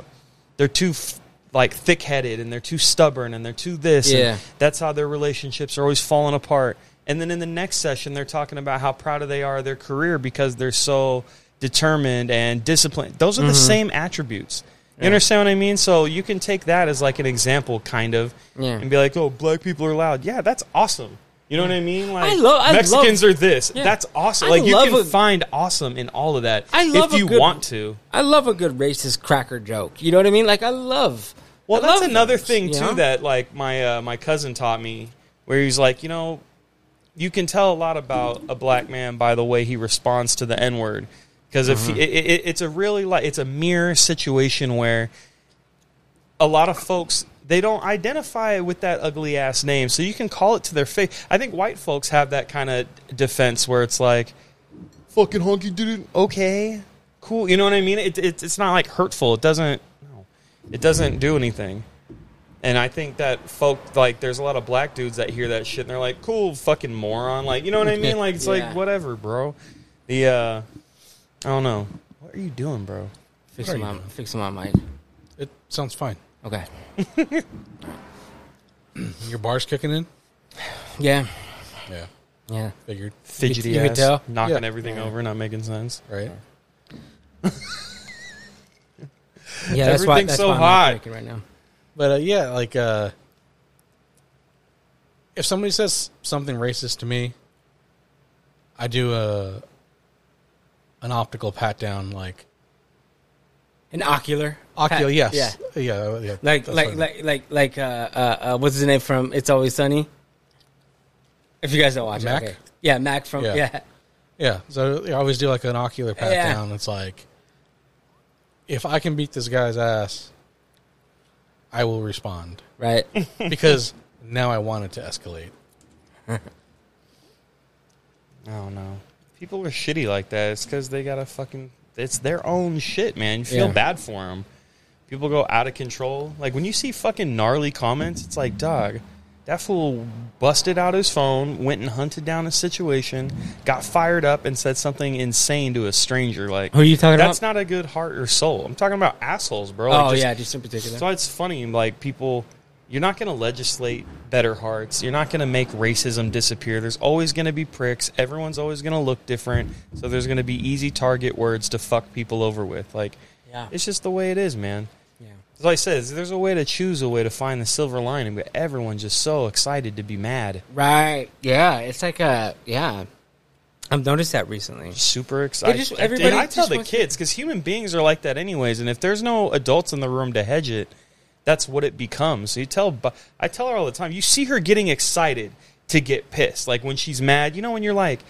S4: they're too f- like thick headed, and they're too stubborn, and they're too this. and
S3: Yeah.
S4: that's how their relationships are always falling apart. And then in the next session, they're talking about how proud they are of their career because they're so determined and disciplined. Those
S3: Mm-hmm.
S4: are the same attributes. You understand what I mean? So you can take that as like an example, kind of,
S3: Yeah.
S4: and be like, "Oh, black people are loud." Yeah, that's awesome. You know what I mean? Like
S3: I love- I love-
S4: Mexicans are this.
S3: Yeah.
S4: That's awesome.
S3: I
S4: Like you
S3: love
S4: can
S3: a-
S4: find awesome in all of that
S3: I love
S4: if
S3: a
S4: you
S3: good-
S4: want to.
S3: I love a good racist cracker joke. You know what I mean? Like I love.
S4: Well,
S3: I
S4: that's
S3: love
S4: another
S3: those,
S4: thing
S3: you
S4: too
S3: know?
S4: that like my uh, my cousin taught me, where he's like, you know, you can tell a lot about a black man by the way he responds to the N word, because if
S3: Mm-hmm.
S4: he, it, it, it's a really like it's a mirror situation where a lot of folks they don't identify with that ugly ass name, so you can call it to their face. I think white folks have that kind of defense where it's like, fucking honky dude, okay, cool, you know what I mean? It, it, it's not like hurtful. It doesn't. No it doesn't do anything. And I think that folk like there's a lot of black dudes that hear that shit and they're like, "Cool, fucking moron!" Like, you know what I mean? Like, it's
S3: Yeah.
S4: like whatever, bro. The uh, I don't know. What are you doing, bro?
S3: Fixing
S2: What are
S3: my
S2: you
S3: fixing my mic.
S2: It sounds fine.
S3: Okay.
S2: Your bar's kicking in.
S3: Yeah.
S2: Yeah,
S3: Yeah.
S2: figured.
S4: Fidgety
S3: you
S4: ass,
S3: could tell?
S4: knocking
S2: Yeah.
S4: everything over, not making sense.
S2: Right.
S3: Yeah. That's why.
S4: Everything's
S3: That's
S4: so
S3: why I'm
S4: hot.
S3: not drinking right now.
S2: But uh, yeah, like uh, if somebody says something racist to me, I do a an optical pat down, like
S3: An ocular.
S2: ocular.
S3: Pat-
S2: Yes,
S3: Yeah.
S2: yeah, yeah.
S3: Like
S2: that's
S3: like
S2: what-
S3: like like like uh, uh uh what's his name from It's Always Sunny? If you guys don't watch
S2: Mac?
S3: it, okay. yeah, Mac from
S2: Yeah.
S3: yeah.
S2: yeah. So I always do like an ocular pat
S3: Yeah.
S2: down. It's like if I can beat this guy's ass, I will respond
S3: right?
S2: because now I want it to escalate.
S4: I don't know. People are shitty like that. It's because they gotta fucking. It's their own shit, man. You feel
S3: Yeah.
S4: bad for them. People go out of control. Like when you see fucking gnarly comments, it's like, dog, That fool busted out his phone, went and hunted down a situation, got fired up, and said something insane to a stranger. Like,
S3: Who are you talking
S4: That's
S3: about?
S4: not a good heart or soul. I'm talking about assholes, bro.
S3: oh
S4: Like, just-
S3: yeah, just in particular.
S4: so it's funny, like people, you're not going to legislate better hearts. You're not going to make racism disappear. There's always going to be pricks. Everyone's always going to look different. So there's going to be easy target words to fuck people over with. Like,
S3: Yeah.
S4: it's just the way it is, man.
S3: yeah.
S4: As I said, there's a way to choose a way to find the silver lining, but everyone's just so excited to be mad.
S3: Right. Yeah. It's like a yeah. I've noticed that recently.
S4: Super excited.
S3: just- everybody
S4: and I
S3: just
S4: tell the
S3: wants to-
S4: kids because human beings are like that anyways. And if there's no adults in the room to hedge it, that's what it becomes. So you tell, Bu- I tell her all the time. You see her getting excited to get pissed, like when she's mad. You know when you're like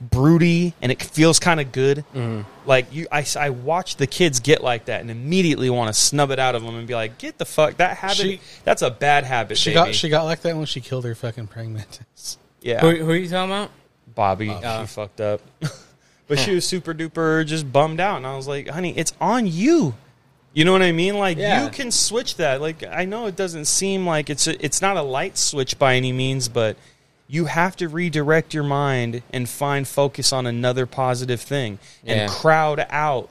S4: broody and it feels kind of good.
S3: Mm-hmm.
S4: Like you, I, I watch the kids get like that and immediately want to snub it out of them and be like, "Get the fuck that habit.
S2: She-
S4: that's a bad habit."
S2: She
S4: baby.
S2: got she got like that when she killed her fucking pragmatist.
S4: yeah.
S3: Who, who are you talking about?
S4: Bobby.
S3: Oh.
S4: She fucked up. but she was super duper just bummed out. And I was like, honey, it's on you. You know what I mean? Like
S3: Yeah.
S4: you can switch that. Like I know it doesn't seem like it's a, it's not a light switch by any means, but you have to redirect your mind and find focus on another positive thing
S3: Yeah.
S4: and crowd out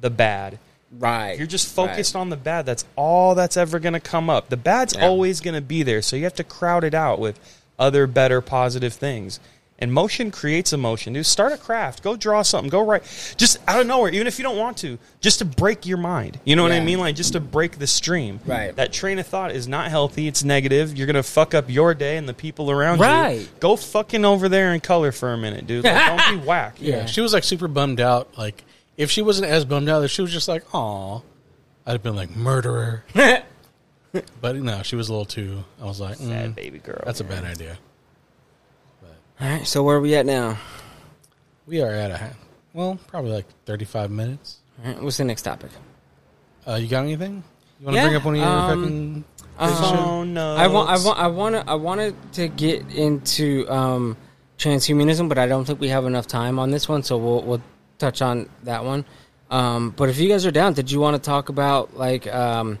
S4: the bad.
S3: Right.
S4: If You're just focused on the bad. That's all that's ever going to come up. The bad's
S3: Yeah.
S4: always going to be there. So you have to crowd it out with other better positive things. And motion creates emotion. Dude, start a craft. Go draw something. Go write. Just out of nowhere, even if you don't want to, just to break your mind. You know what
S3: Yeah.
S4: I mean? Like just to break the stream.
S3: Right.
S4: That train of thought is not healthy. It's negative. You're gonna fuck up your day and the people around you.
S3: Right.
S4: Go fucking over there and color for a minute, dude. Like, don't be whack.
S2: Yeah. she was like super bummed out. Like if she wasn't as bummed out, if she was just like, "Aw," I'd have been like murderer.
S3: on.
S2: But no, she was a little too. I was like,
S4: Bad
S2: mm,
S4: baby girl.
S2: "That's a bad idea."
S3: All right. So where are we at now?
S2: We are at a well, probably like thirty-five minutes.
S3: All right, what's the next topic?
S2: Uh, you got anything? You want to
S3: Yeah,
S2: bring up one of your
S3: um,
S2: fucking?
S4: Oh no.
S3: I want, I want, I want to, I wanted to get into um, transhumanism, but I don't think we have enough time on this one, so we'll we'll touch on that one. Um, but if you guys are down, did you want to talk about like um,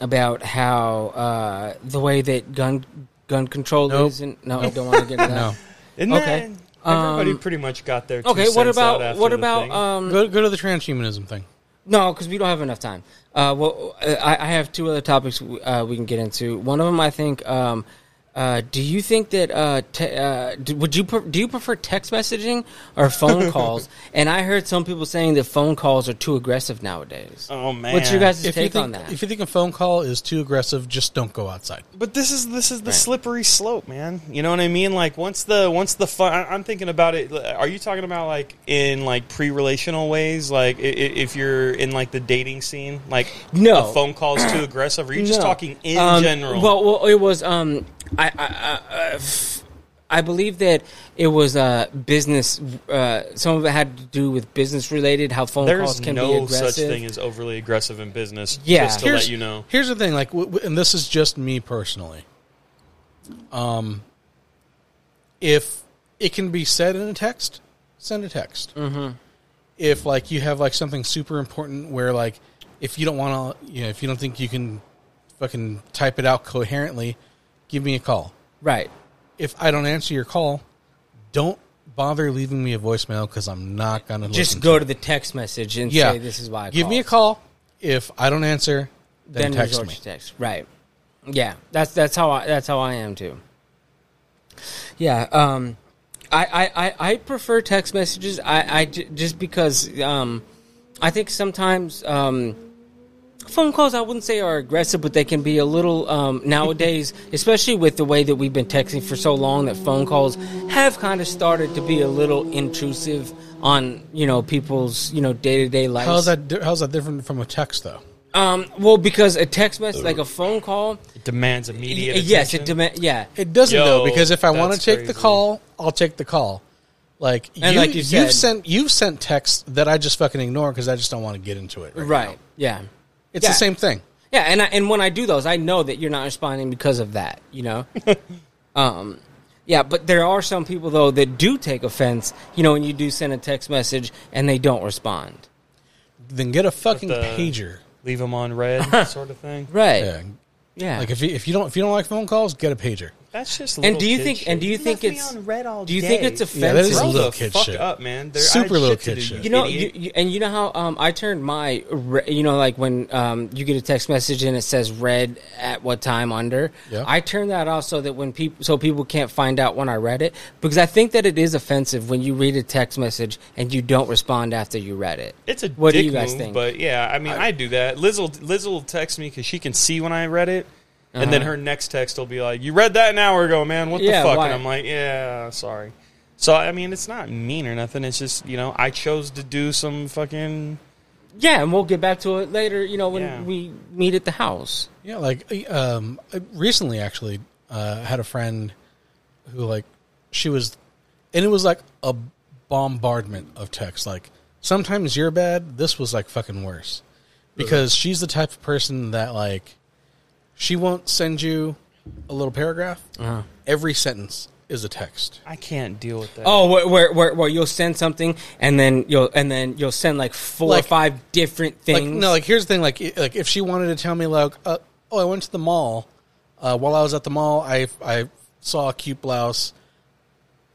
S3: about how uh, the way that gun gun control
S2: Nope.
S3: isn't? No, I don't want to get into that.
S2: No,
S4: Isn't
S3: Okay.
S4: that- everybody
S3: Um,
S4: pretty much got their. Two
S3: Okay, what
S4: cents out
S3: about
S4: after
S3: what
S4: the
S3: about
S4: thing.
S3: um,
S2: go go to the transhumanism thing.
S3: No, because we don't have enough time. Uh, well, I, I have two other topics uh, we can get into. One of them, I think. Um, uh, do you think that uh, te- uh, do, would you pre- do you prefer text messaging or phone calls? And I heard some people saying that phone calls are too aggressive nowadays.
S4: Oh, man.
S3: what's your guys'
S2: If
S3: take
S2: you think
S3: on that?
S2: if you think a phone call is too aggressive, just don't go outside.
S4: But this is this is the
S3: Right.
S4: slippery slope, man. You know what I mean? Like once the once the fun, I- I'm thinking about it. Are you talking about like in like pre-relational ways? Like i- i- if you're in like the dating scene, like
S3: No.
S4: the phone calls too aggressive. Or are you just
S3: No.
S4: talking in
S3: Um,
S4: general?
S3: Well, well, it was. Um, I, I, I, uh, f- I believe that it was uh, business. Uh, some of it had to do with business related. How phone calls
S4: there's
S3: can be
S4: no
S3: aggressive.
S4: such thing as overly aggressive in business.
S3: Yeah.
S4: just to
S2: here's,
S4: let you know.
S2: Here's the thing, like, w- w- and this is just me personally. Um, if it can be said in a text, send a text. Mm-hmm. If like you have like something super important where like if you don't want to, you know, if you don't think you can fucking type it out coherently, give me a call.
S3: right.
S2: If I don't answer your call, don't bother leaving me a voicemail because I'm not gonna
S3: just
S2: listen
S3: go to the text message and
S2: To yeah,
S3: say this is why. I
S2: give me a call. If I don't answer, then, text
S3: resort
S2: me.
S3: to text. Right. Yeah. That's that's how I that's how I am too. Yeah. Um, I I, I, I prefer text messages. I, I j- just because um, I think sometimes um, phone calls I wouldn't say are aggressive, but they can be a little um, nowadays, especially with the way that we've been texting for so long that phone calls have kind of started to be a little intrusive on you know people's you know day to day life.
S2: How's that? di- How's that different from a text, though?
S3: Um, well, because a text message, like a phone call,
S4: It demands immediate.
S3: eh, yes, it
S4: attention.
S3: demand, yeah,
S2: It doesn't
S4: Yo,
S2: though, because if I
S4: that's
S2: want to take the
S4: crazy.
S2: call, I'll take the call. Like
S3: And
S2: you,
S3: like you
S2: have
S3: said-
S2: sent you've sent texts that I just fucking ignore because I just don't want to get into it. Right?
S3: right, yeah,
S2: It's
S3: Yeah.
S2: the same thing.
S3: yeah, and I, and when I do those, I know that you're not responding because of that, you know, um, yeah, but there are some people though that do take offense, you know, when you do send a text message and they don't respond,
S2: Then get a fucking
S4: the-
S2: pager.
S4: Leave them on red, sort of thing.
S3: right,
S2: Yeah.
S3: yeah,
S2: Like if you, if you don't if you don't like phone calls, get a pager.
S4: That's just.
S3: And
S4: little
S3: do you
S4: kid
S3: think-
S4: shit.
S3: and do you
S4: must
S3: think
S4: be
S3: it's-
S4: on red all
S3: do you think
S4: day.
S3: it's offensive?
S2: Yeah, that is
S4: Grow
S2: little
S4: the
S2: kid
S4: fuck
S2: shit.
S4: up, man. There,
S2: Super
S4: I have
S2: little
S4: shit to
S2: kid
S4: do,
S2: shit.
S3: You know, you,
S4: idiot.
S3: you, and you know how um, I turned my, re- you know, like when um, you get a text message and it says red at what time under.
S2: Yeah.
S3: I turned that off so that when people, so people can't find out when I read it because I think that it is offensive when you read a text message and you don't respond after you read it.
S4: It's a
S3: what
S4: dick
S3: do you guys
S4: move,
S3: think?
S4: But yeah, I mean, I, do that. Liz will, Liz will text me because she can see when I read it, and then her next text will be like, "You read that an hour ago, man. What
S3: Uh-huh. Yeah,
S4: the fuck?"
S3: why?
S4: And I'm like, "Yeah, sorry." So I mean, it's not mean or nothing. It's just you know, I chose to do some fucking.
S3: yeah, and we'll get back to it later. You know, when
S4: Yeah.
S3: we meet at the house.
S2: Yeah, like um, recently, actually, uh, I had a friend who like she was, and it was like a bombardment of texts. Like sometimes you're bad. This was like fucking worse because she's the type of person that like she won't send you a little paragraph. Every sentence is a text.
S4: I can't deal with that.
S3: Oh, where, where where where you'll send something and then you'll and then you'll send like four
S2: Like-
S3: or five different things.
S2: Like no, like here's the thing. Like i- like if she wanted to tell me like, uh, oh, I went to the mall. Uh, while I was at the mall, I I saw a cute blouse.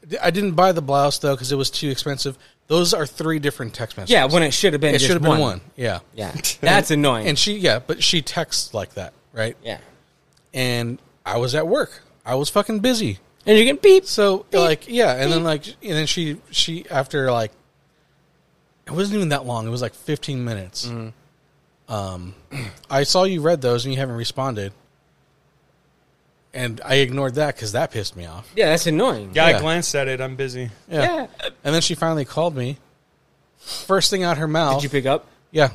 S2: D- I didn't buy the blouse though because it was too expensive. Those are three different text messages.
S3: yeah, when it should have been
S2: it
S3: just
S2: should have been one. Yeah,
S3: Yeah, that's annoying.
S2: And she yeah, but she texts like that, right?
S3: yeah.
S2: And I was at work. I was fucking busy.
S3: And you can beep.
S2: So like yeah, and then like and then she she after like it wasn't even that long. It was like 15 minutes. Um
S3: Mm-hmm.
S2: I saw you read those and you haven't responded. And I ignored that cuz that pissed me off.
S3: Yeah, that's annoying.
S4: yeah,
S2: yeah.
S4: I glanced at it. I'm busy.
S2: Yeah. And then she finally called me. First thing out her mouth.
S3: Did you pick up?
S2: yeah.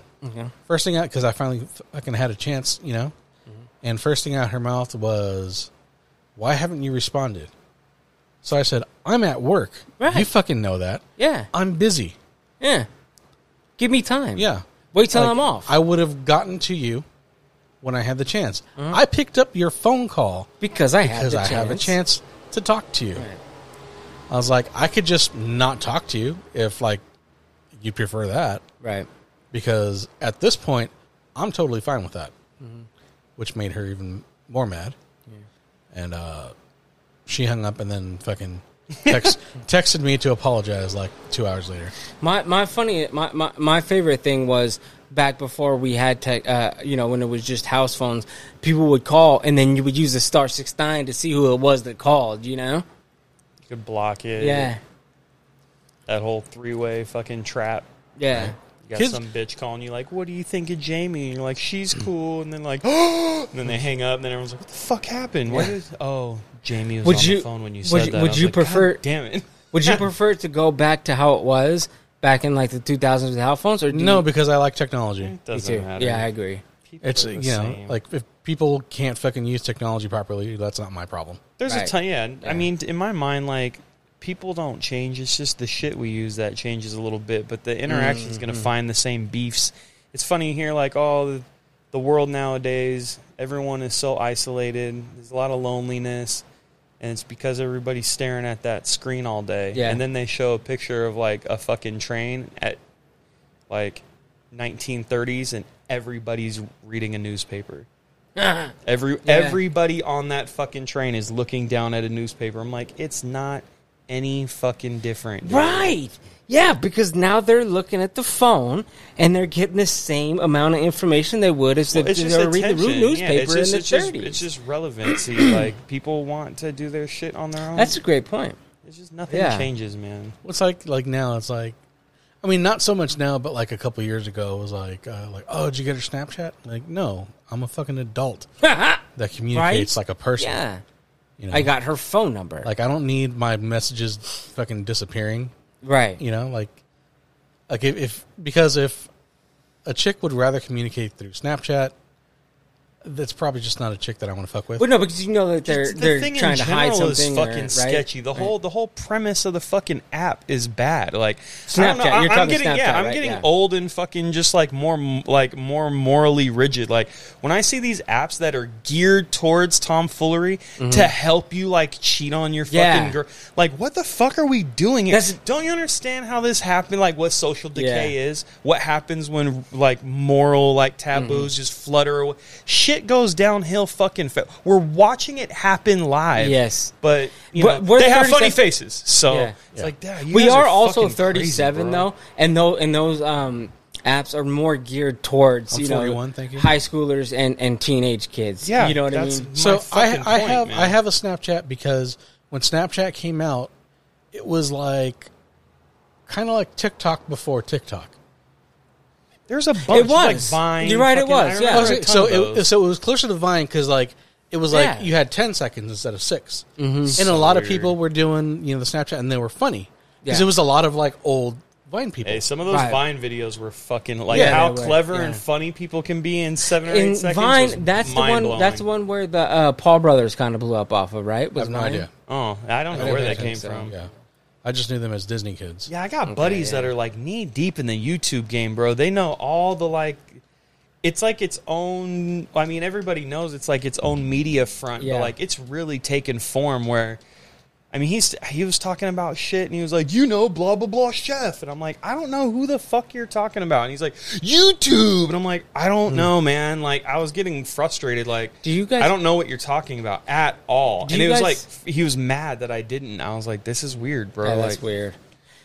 S2: First thing out cuz I finally fucking had a chance, you know.
S3: Mm-hmm.
S2: And first thing out her mouth was why haven't you responded? So I said, "I'm at work.
S3: Right.
S2: You fucking know that."
S3: Yeah.
S2: I'm busy.
S3: Yeah. Give me time.
S2: Yeah.
S3: Wait till
S2: Like,
S3: I'm off.
S2: I would have gotten to you when I had the chance. I picked up your phone call
S3: because I have
S2: because
S3: Uh-huh. the
S2: I have a chance to talk to you. I was like, I could just not talk to you if like you prefer that
S3: Right.
S2: because at this point I'm totally fine with that.
S3: Mm-hmm.
S2: Which made her even more mad. And uh she hung up and then fucking text, texted me to apologize like 2 hours later.
S3: My my funny my, my, my favorite thing was back before we had tech uh, you know when it was just house phones people would call and then you would use the star six nine to see who it was that called you know
S4: You could block it.
S3: yeah
S4: That whole three way fucking trap.
S3: yeah
S4: You got
S2: Kids-
S4: some bitch calling you like, "What do you think of Jamie?" And you're like, "She's cool," and then like, and then they hang up, and then everyone's like, "What the fuck happened? What is? Oh, Jamie was
S3: Would
S4: on
S3: you-
S4: the phone when you
S3: would
S4: said
S3: you-
S4: that." I
S3: would
S4: was
S3: you
S4: like, "God
S3: prefer-
S4: damn it.
S3: would you prefer to go back to how it was back in like the 2000s with house phones or do
S2: No,
S3: you,
S2: because I like technology.
S4: It
S3: me
S4: doesn't
S3: too
S4: matter.
S3: yeah I agree
S4: People
S2: It's
S4: are the
S2: you know,
S4: same.
S2: like if people can't fucking use technology properly, that's not my problem.
S4: there's
S3: Right.
S4: a ton. Yeah, I mean, in my mind, like people don't change. It's just the shit we use that changes a little bit, but the interaction's going to
S3: Mm-hmm.
S4: find the same beefs. It's funny here, like all the, the world nowadays, everyone is so isolated. There's a lot of loneliness, and it's because everybody's staring at that screen all day.
S3: Yeah.
S4: and then they show a picture of like a fucking train at like 1930s, and everybody's reading a newspaper. Every everybody on that fucking train is looking down at a newspaper. I'm like, it's not any fucking different. dude.
S3: Right. Yeah, because now they're looking at the phone and they're getting the same amount of information they would if
S4: Well,
S3: they,
S4: it's
S3: they
S4: just
S3: were reading the
S4: attention.
S3: newspaper
S4: yeah, it's just,
S3: in the
S4: it's just,
S3: 30s.
S4: It's just relevancy. like people want to do their shit on their own.
S3: That's a great point.
S4: it's just nothing
S3: yeah.
S4: changes, man.
S2: It's like like now it's like I mean not so much now, but like a couple years ago it was like uh, like oh did you get her Snapchat? Like no, I'm a fucking adult that communicates like a person.
S3: Yeah.
S2: You know?
S3: I got her phone number.
S2: like I don't need my messages fucking disappearing.
S3: right.
S2: You know like like if, if because if a chick would rather communicate through Snapchat, that's probably just not a chick that I want to fuck with.
S3: Well, no, because you know that they're
S4: Just the
S3: they're
S4: thing in
S3: trying to hide
S4: general
S3: something.
S4: is
S3: or-
S4: fucking
S3: right?
S4: sketchy. The whole the whole premise of the fucking app is bad. Like I don't know.
S3: Snapchat.
S4: I,
S3: You're
S4: am
S3: talking
S4: getting yeah,
S3: Snapchat,
S4: I'm
S3: right?
S4: getting
S3: Yeah.
S4: old and fucking just like more m- like more morally rigid. Like when I see these apps that are geared towards tomfoolery to help you like cheat on your fucking
S3: Mm-hmm. Yeah.
S4: girl. Like what the fuck are we doing? Here?
S3: That's-
S4: don't you understand how this happened? Like what social decay
S3: Yeah. Mm-hmm.
S4: is? What happens when like moral like taboos just flutter away? Shit shit goes downhill fucking fa- we're watching it happen live
S3: Yes.
S4: but you
S3: But
S4: know,
S3: we're
S4: they have
S3: 37
S4: funny faces so
S3: Yeah.
S4: it's like Dad, you
S3: we
S4: guys
S3: are, also
S4: fucking crazy,
S3: 37
S4: bro."
S3: though and though and those um apps are more geared towards
S2: I'm
S3: you know
S2: 41, thank you.
S3: high schoolers and and teenage kids
S4: yeah
S3: you know what i
S4: that's
S3: mean
S4: my
S2: So I,
S4: fucking
S2: I
S4: point,
S2: have
S4: man.
S2: I have a Snapchat because when Snapchat came out, it was like kind of like TikTok before TikTok.
S4: there's a bunch like
S3: was.
S4: Vine,
S3: You're right, it
S4: fucking- I
S3: was, yeah. Oh,
S4: remember
S2: Okay,
S4: a ton
S2: so
S4: of those.
S2: it, so it was closer to Vine because like it was like
S3: Yeah.
S2: you had ten seconds instead of 6 and
S4: So
S2: a lot of
S4: Mm-hmm. weird.
S2: people were doing you know the Snapchat and they were funny because
S3: Yeah.
S2: it was a lot of like old Vine people.
S4: Hey, some of those
S3: Right.
S4: Vine videos were fucking like
S2: Yeah,
S4: how
S3: they were,
S4: clever
S3: yeah.
S4: and funny people can be in seven or eight
S3: in
S4: seconds. was
S3: Vine, that's the one.
S4: mind-blowing.
S3: That's the one where the uh, Paul brothers kind of blew up off of, right?
S2: I
S3: Was
S2: have no
S3: Vine?
S2: idea
S4: Oh, I don't know where that came from. Yeah.
S2: Yeah, I just knew them as Disney kids.
S4: I got buddies that are like knee deep in the YouTube game, bro. They know all the like. It's like its own. I mean, everybody knows it's like its own media front,
S3: Yeah.
S4: but like it's really taken form. Where, I mean, he's he was talking about shit, and he was like, you know, blah blah blah, chef, and I'm like, I don't know who the fuck you're talking about, and he's like, YouTube, and I'm like, I don't know, man. Like, I was getting frustrated. Like,
S3: Hmm. Do you guys-
S4: I don't know what you're talking about at all.
S3: Do
S4: and
S3: you
S4: it was
S3: guys-
S4: like he was mad that I didn't. I was like, this is weird, bro.
S3: Yeah,
S4: like,
S3: that's weird.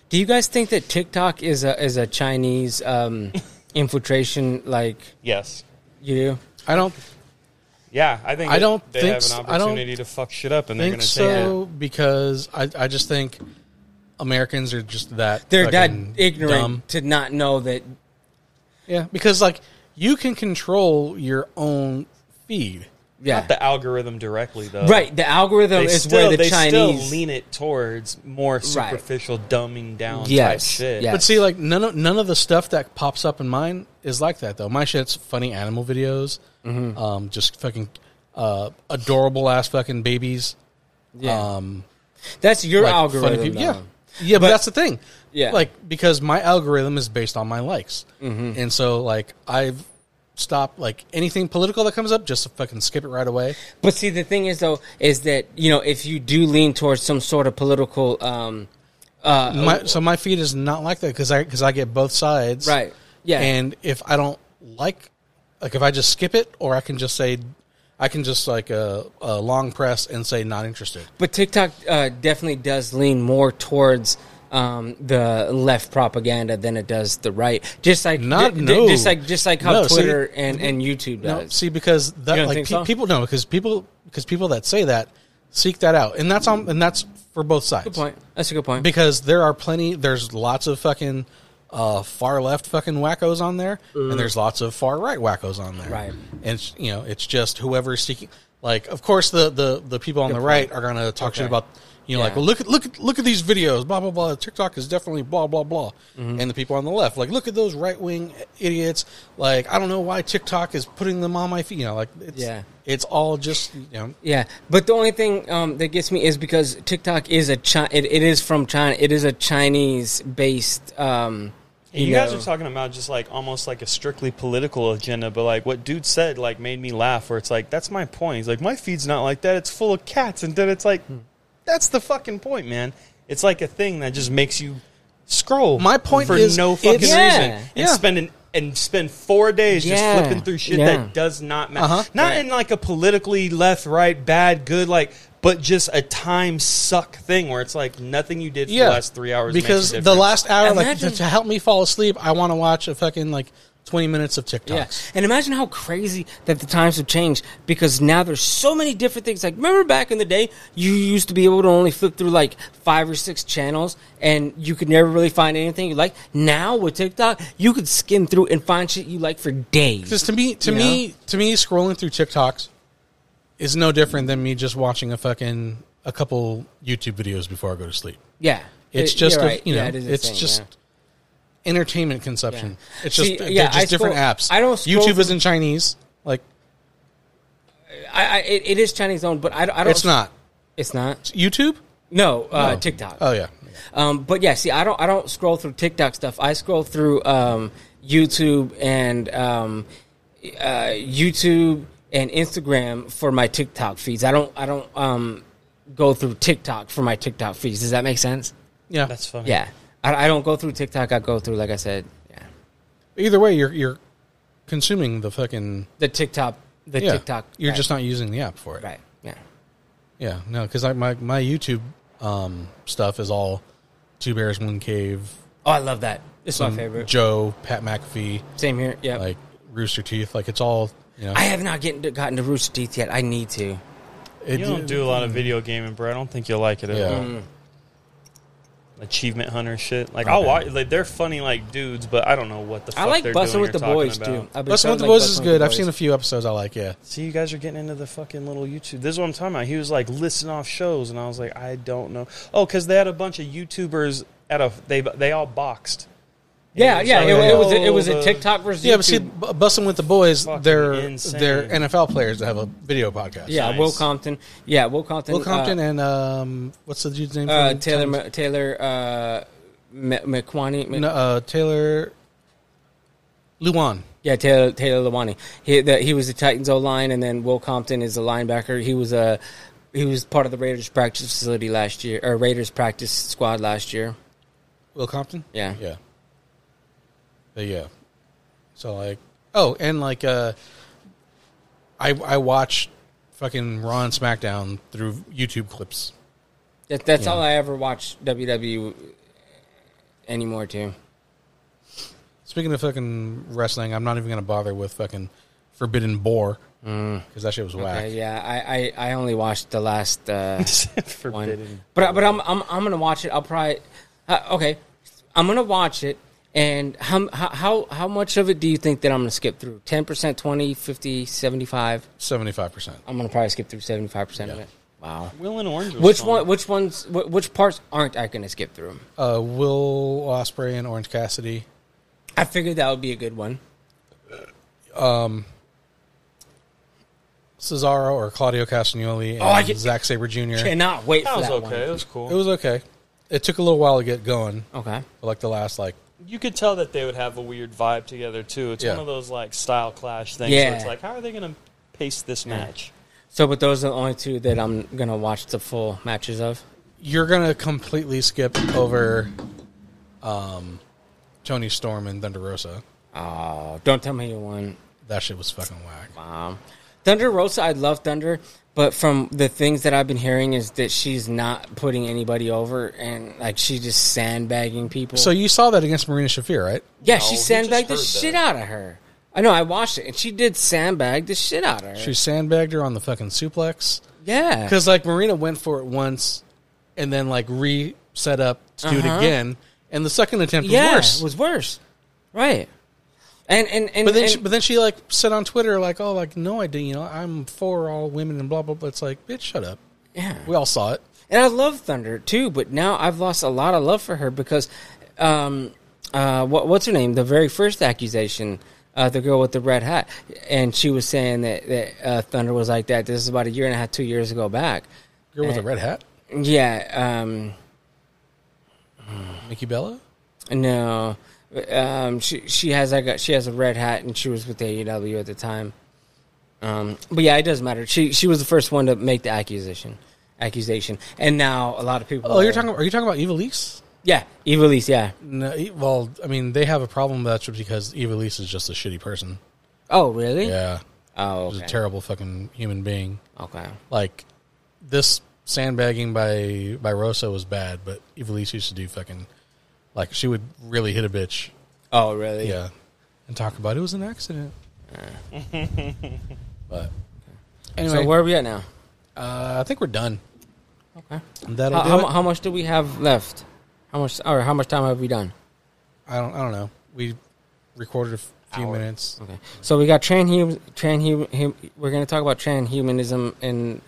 S3: Do you guys think that TikTok is a is a Chinese um, infiltration? Like
S4: Yes.
S3: you do?
S2: I don't
S4: Yeah, I think
S2: I don't
S4: they
S2: think
S4: have
S2: s-
S4: an
S2: I don't
S4: opportunity to fuck shit up, and they're going
S2: think so
S4: to
S2: because I I just think Americans are just that
S3: They're that
S2: fucking
S3: ignorant
S2: dumb.
S3: to not know that.
S2: Yeah, because like you can control your own feed.
S3: Yeah,
S4: take the algorithm directly, though.
S3: right. The algorithm
S4: They
S3: is
S4: still,
S3: where the
S4: they
S3: Chinese
S4: still lean it towards more superficial, dumbing down
S3: Yes,
S4: type shit.
S3: yes.
S2: But see, like none of none of the stuff that pops up in mine is like that though. My shit's funny animal videos,
S3: Mm-hmm.
S2: um, just fucking uh, adorable ass fucking babies.
S3: Yeah.
S2: Um,
S3: That's your
S2: like,
S3: algorithm.
S2: funny people.
S3: though.
S2: Yeah, yeah, but,
S3: But-
S2: that's the thing.
S3: Yeah. Mm-hmm.
S2: like because my algorithm is based on my likes, and so like I've stopped like anything political that comes up, just to fucking skip it right away.
S3: But see, the thing is, though, is that you know, if you do lean towards some sort of political, um,
S2: my, so my feed is not like that because I because I get both sides.
S3: Right. Yeah.
S2: And if I don't like, like if I just skip it, or I can just say, I can just like a, a long press and say not interested.
S3: but TikTok uh, definitely does lean more towards um, the left propaganda than it does the right. Just like
S2: Not-
S3: ju- ju-
S2: no.
S3: just like just like how
S2: No, see-
S3: Twitter and, and YouTube
S2: No,
S3: does.
S2: see, because that
S3: don't
S2: like
S3: think
S2: pe-
S3: so?
S2: people no, because people because people that say that seek that out, and that's on and that's for both sides.
S3: good point. That's a good point.
S2: Because there are plenty. There's lots of fucking. Uh, far left fucking wackos on there, and there's lots of far right wackos on there.
S3: Mm. Right.
S2: and it's- you know it's just whoever's seeking like of course the the, the people on the right are going to talk shit
S3: Okay.
S2: about you know
S3: Yeah.
S2: like well look at look at look at these videos blah blah blah tiktok is definitely blah blah blah
S3: Mm-hmm.
S2: and the people on the left like look at those right wing idiots like i don't know why tiktok is putting them on my feet you know like it's
S3: Yeah.
S2: it's all just you know
S3: Yeah, but the only thing um, that gets me is because TikTok is a Chi- it, it is from China. It is a Chinese based. Um,
S4: And you
S3: know-
S4: guys are talking about just like almost like a strictly political agenda, but like what dude said like made me laugh. Where it's like that's my point. He's like my feed's not like that. It's full of cats, and then it's like
S2: Hmm.
S4: that's the fucking point, man. It's like a thing that just makes you scroll.
S2: My point
S4: for
S2: is
S4: no
S2: it's-
S4: fucking reason,
S3: Yeah,
S4: and
S2: yeah.
S4: spend an, and spend four days
S3: Yeah,
S4: just flipping through shit
S3: yeah.
S4: that does not matter.
S2: Uh-huh.
S4: Not
S3: Right.
S4: in like a politically left, right, bad, good, like. But just a time suck thing where it's like nothing you did for
S2: yeah
S4: the last three hours makes a
S2: because the
S4: difference.
S2: last hour like to,
S3: Imagine-
S2: to help me fall asleep i want to watch a fucking like 20 minutes of tiktoks
S3: Yeah, and imagine how crazy that the times have changed because now there's so many different things. Like, remember back in the day, you used to be able to only flip through like five or six channels, and you could never really find anything you like. Now with TikTok, you could skim through and find shit you like for days.
S2: Because to me, to
S3: You
S2: me, to me, scrolling through TikToks is no different than me just watching a fucking a couple YouTube videos before I go to sleep.
S3: Yeah,
S2: It's
S3: It-
S2: just
S3: you're
S2: a,
S3: right.
S2: you know,
S3: Yeah, it is a
S2: it's
S3: thing,
S2: just
S3: yeah.
S2: entertainment consumption.
S3: Yeah.
S2: It's just
S3: See,
S2: they're
S3: yeah,
S2: just
S3: I
S2: different
S3: scroll-
S2: apps.
S3: I don't scroll
S2: YouTube
S3: through-
S2: is in Chinese. Like
S3: I, I, it, it is Chinese owned, but I, don't- I don't.
S2: it's not
S3: It's not.
S2: YouTube.
S3: No, uh,
S2: Oh.
S3: TikTok.
S2: Oh yeah,
S3: Um, but yeah, see, I don't I don't scroll through TikTok stuff. I scroll through um, YouTube and um, uh, YouTube and Instagram for my TikTok feeds. I don't I don't um, go through TikTok for my TikTok feeds. Does that make sense?
S2: yeah.
S4: that's funny.
S3: Yeah, I, I don't go through TikTok. I go through like I said, yeah,
S2: Either way, you're you're consuming the fucking
S3: the TikTok the
S2: yeah.
S3: TikTok.
S2: You're
S3: right,
S2: just not using the app for it.
S3: right. Yeah.
S2: Yeah, no, because my my YouTube um, stuff is all Two Bears, One Cave,
S3: Oh, I love that. It's my favorite.
S2: Joe, Pat McAfee,
S3: Same here. Yeah.
S2: like Rooster Teeth. Like it's all you know.
S3: I have not getting to, gotten to Rooster Teeth yet. I need to.
S2: it-
S4: You don't do a lot of video gaming, bro. I don't think you'll like it. At
S2: Yeah.
S3: Mm.
S4: all.
S3: Mm-hmm.
S4: Achievement hunter shit. Like I'll
S2: Okay.
S4: watch. Like they're funny, like dudes, but I don't know what the. fuck
S3: I like
S4: they're
S3: Bustin'
S4: doing
S3: with
S4: or
S3: the
S4: talking
S3: Boys
S4: about.
S3: too.
S2: Bustin'
S3: I've been trying
S2: with
S3: to
S2: the
S3: like
S2: Boys
S3: Bustin'
S2: is
S3: with
S2: good.
S3: the
S2: I've seen
S3: Boys.
S2: a few episodes. I like. Yeah,
S4: See, you guys are getting into the fucking little YouTube. This is what I'm talking about. He was like listing off shows, and I was like, I don't know. Oh, because they had a bunch of YouTubers at a they they all boxed.
S3: Yeah, yeah.
S4: like,
S3: It, it was a, it
S4: oh,
S3: was a
S4: the-
S3: TikTok versus
S2: yeah. But see,
S3: YouTube.
S2: Bu- Bustin' with the Boys,
S4: Fucking
S2: they're
S4: insane.
S2: they're NFL players that have a video podcast.
S3: Yeah,
S4: nice.
S3: Will Compton. Yeah, Will Compton.
S2: Will Compton
S3: Uh,
S2: and um, what's the dude's name?
S3: uh,
S2: from
S3: Taylor
S2: Titans?
S3: Ma- Taylor uh, Ma- McQuani. Ma-
S2: No, uh, Taylor Luan.
S3: Yeah, Taylor Taylor Lewani. He the, he was the Titans O line, and then Will Compton is the linebacker. He was a he was part of the Raiders practice facility last year, or Raiders practice squad last year.
S2: Will Compton?
S3: Yeah.
S2: Yeah. But yeah. So like oh, and like uh I I watch fucking Raw and SmackDown through YouTube clips.
S3: That, that's all I ever watched WWE anymore. Too.
S2: Speaking of fucking wrestling, I'm not even gonna bother with fucking Forbidden Boar because that shit was whack.
S3: Uh, yeah, I, I I only watched the last. Uh,
S4: Forbidden.
S3: But but I'm I'm I'm gonna watch it. I'll probably uh, okay. I'm gonna watch it. And how how how- how much of it do you think that I'm gonna skip through? 10%, 20, 50, 75?
S2: Seventy five percent.
S3: I'm gonna probably skip through 75% of
S2: Yeah.
S3: it. Wow.
S4: Will and Orange. was
S3: Which
S4: fun.
S3: one which ones wh- which parts aren't I gonna skip through?
S2: Uh Will Osprey and Orange Cassidy.
S3: I figured that would be a good one.
S2: Cesaro or Claudio Castagnoli and
S3: Oh, I get-
S2: Zack Saber Jr.
S3: Cannot wait
S4: That
S3: for
S4: was
S3: that
S4: okay. It
S3: one.
S4: was cool.
S2: it was okay. It took a little while to get going.
S3: Okay.
S2: Like the last like
S4: you could tell that they would have a weird vibe together too. It's
S2: Yeah.
S4: one of those like style clash things.
S3: Yeah.
S4: Where it's like, how are they going to pace this match?
S3: So but those are the only two that I'm gonna watch the full matches of.
S2: you're gonna completely skip over um, Tony Storm and Thunder Rosa.
S3: Oh, don't tell me you won.
S2: That shit was fucking whack.
S3: Um, Thunder Rosa, I love Thunder, but from the things that I've been hearing is that she's not putting anybody over, and like she's just sandbagging people.
S2: So you saw that against Marina Shafir, right?
S3: yeah,
S4: No,
S3: she
S4: he just
S3: sandbagged the
S4: heard that.
S3: shit out of her. I know, I watched it, and she did sandbag the shit out of her.
S2: She sandbagged her on the fucking suplex
S3: yeah,
S2: because like Marina went for it once, and then like reset up to do it
S3: Uh-huh.
S2: again, and the second attempt was
S3: yeah,
S2: worse.
S3: it was worse, right? And and and,
S2: but then,
S3: and-
S2: she, but then she like said on Twitter like, "Oh, like no, I didn't. You know, I'm for all women and blah blah." blah. It's like, bitch, shut up.
S3: yeah.
S2: We all saw it.
S3: And I love Thunder too, but now I've lost a lot of love for her because, um, uh, what, what's her name? The very first accusation, uh, the girl with the red hat, and she was saying that that uh, Thunder was like that. This is about a year and a half, two years ago back.
S2: Girl
S3: Eh.
S2: with a red hat,
S3: Yeah. Um,
S2: Mickey Bella.
S3: no. Um, she she has like a, she has a red hat, and she was with AEW at the time. Um, but yeah, it doesn't matter. She she was the first one to make the accusation, accusation, and now a lot of people.
S2: Oh, you're talking. Are you talking about Eva Leaks?
S3: Yeah, Evilise. Yeah.
S2: No, e- well, I mean, they have a problem with that because Eva Lisa is just a shitty person.
S3: Oh, really?
S2: Yeah,
S3: Oh,
S2: she's
S3: okay.
S2: a terrible fucking human being.
S3: okay.
S2: Like this sandbagging by by Rosa was bad, but Eva Lisa used to do fucking like she would really hit a bitch.
S3: Oh, really?
S2: Yeah, and talk about it was an accident. but anyway,
S3: So where are we at now?
S2: uh, I think we're done.
S3: Okay.
S2: That'll
S3: How,
S2: do
S3: how,
S2: it.
S3: mu- how much do we have left? How much or how much time have we done?
S2: I don't. I don't know. We recorded a f- few
S4: Hour.
S2: minutes.
S3: Okay. So we got transhuman. Transhuman. We're going to talk about transhumanism in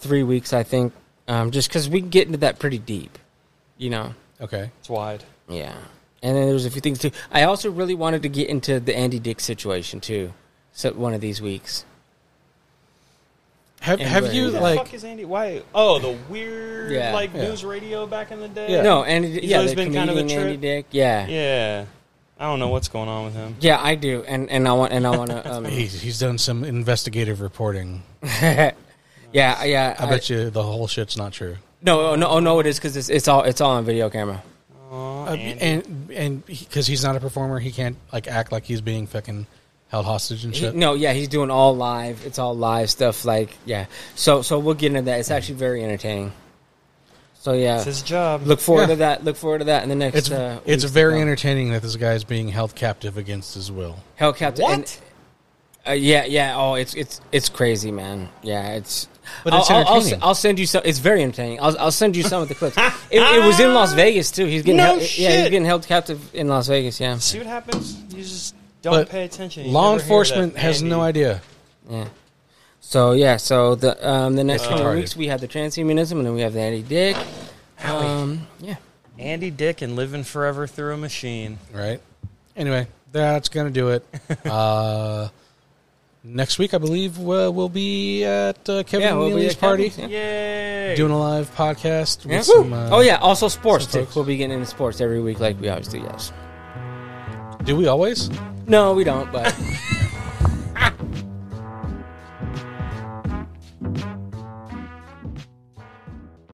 S3: three weeks, I think. Um, just because we can get into that pretty deep, you know.
S2: Okay.
S4: It's wide.
S3: Yeah. And then there's a few things too. I also really wanted to get into the Andy Dick situation too. So one of these weeks.
S2: Have
S3: And
S2: Have
S3: where-
S2: you
S3: Who the
S4: Like,
S2: like?
S4: fuck is Andy? Why? Oh, the weird
S3: Yeah.
S4: like
S2: Yeah.
S4: news radio back in the day.
S2: Yeah.
S3: No, Andy.
S4: He's
S3: yeah,
S4: always
S3: the
S4: been kind of a
S3: comedian Andy
S4: trip.
S3: Dick. Yeah. yeah.
S4: Yeah. I don't know what's going on with him.
S3: I do, and and I want and I want to. Um,
S2: He's, he's done some investigative reporting.
S3: yeah, yeah.
S2: I bet you the whole shit's not true.
S3: No, oh, no, oh, no, it is because it's, it's all it's all on video camera.
S4: Aw,
S2: Uh,
S4: Andy.
S2: and and because he's not a performer, he can't like act like he's being fucking held hostage and
S3: He-
S2: shit.
S3: no, yeah, he's doing all live. It's all live stuff. Like, yeah. So, so we'll get into that. It's actually very entertaining. So, yeah,
S4: It's his job.
S3: look forward
S2: Yeah.
S3: to that. Look forward to that in the next.
S2: It's
S3: uh,
S2: it's
S3: weeks to
S2: very
S3: come.
S2: entertaining that this guy is being held captive against his will.
S3: Hell, Captain.
S4: What?
S3: and- uh, yeah, yeah. Oh, it's it's it's crazy, man. Yeah, it's.
S2: But it's
S3: I'll, I'll- I'll s-
S2: entertaining.
S3: I'll send you some. It's very entertaining. I'll, I'll send you some of the clips. It, it was in Las Vegas too. He's getting
S4: No
S3: held, yeah, he's
S4: shit.
S3: getting held captive in Las Vegas. Yeah,
S4: See what happens? You just don't
S2: But
S4: pay attention. You
S2: Law
S4: never hear
S2: enforcement
S4: that
S2: has
S4: Andy.
S2: no idea.
S3: yeah. So yeah, so the um, the next
S2: It's
S3: couple of
S2: retarded.
S3: weeks we have the transhumanism and then we have the anti Dick. Um, yeah.
S4: Andy Dick and living forever through a machine.
S2: right? Anyway, that's gonna do it. uh, next week, I believe we'll, we'll be at uh, Kevin
S3: Yeah, we'll be
S2: Neely's
S3: at
S2: party
S3: Kevin's, yeah.
S4: Yay!
S2: doing a live podcast.
S3: Yeah.
S2: With some, uh,
S3: oh yeah, also sports
S2: some
S3: too.
S2: folks.
S3: We'll be getting into sports every week like we always do. Yes.
S2: Do we always?
S3: No, we don't. But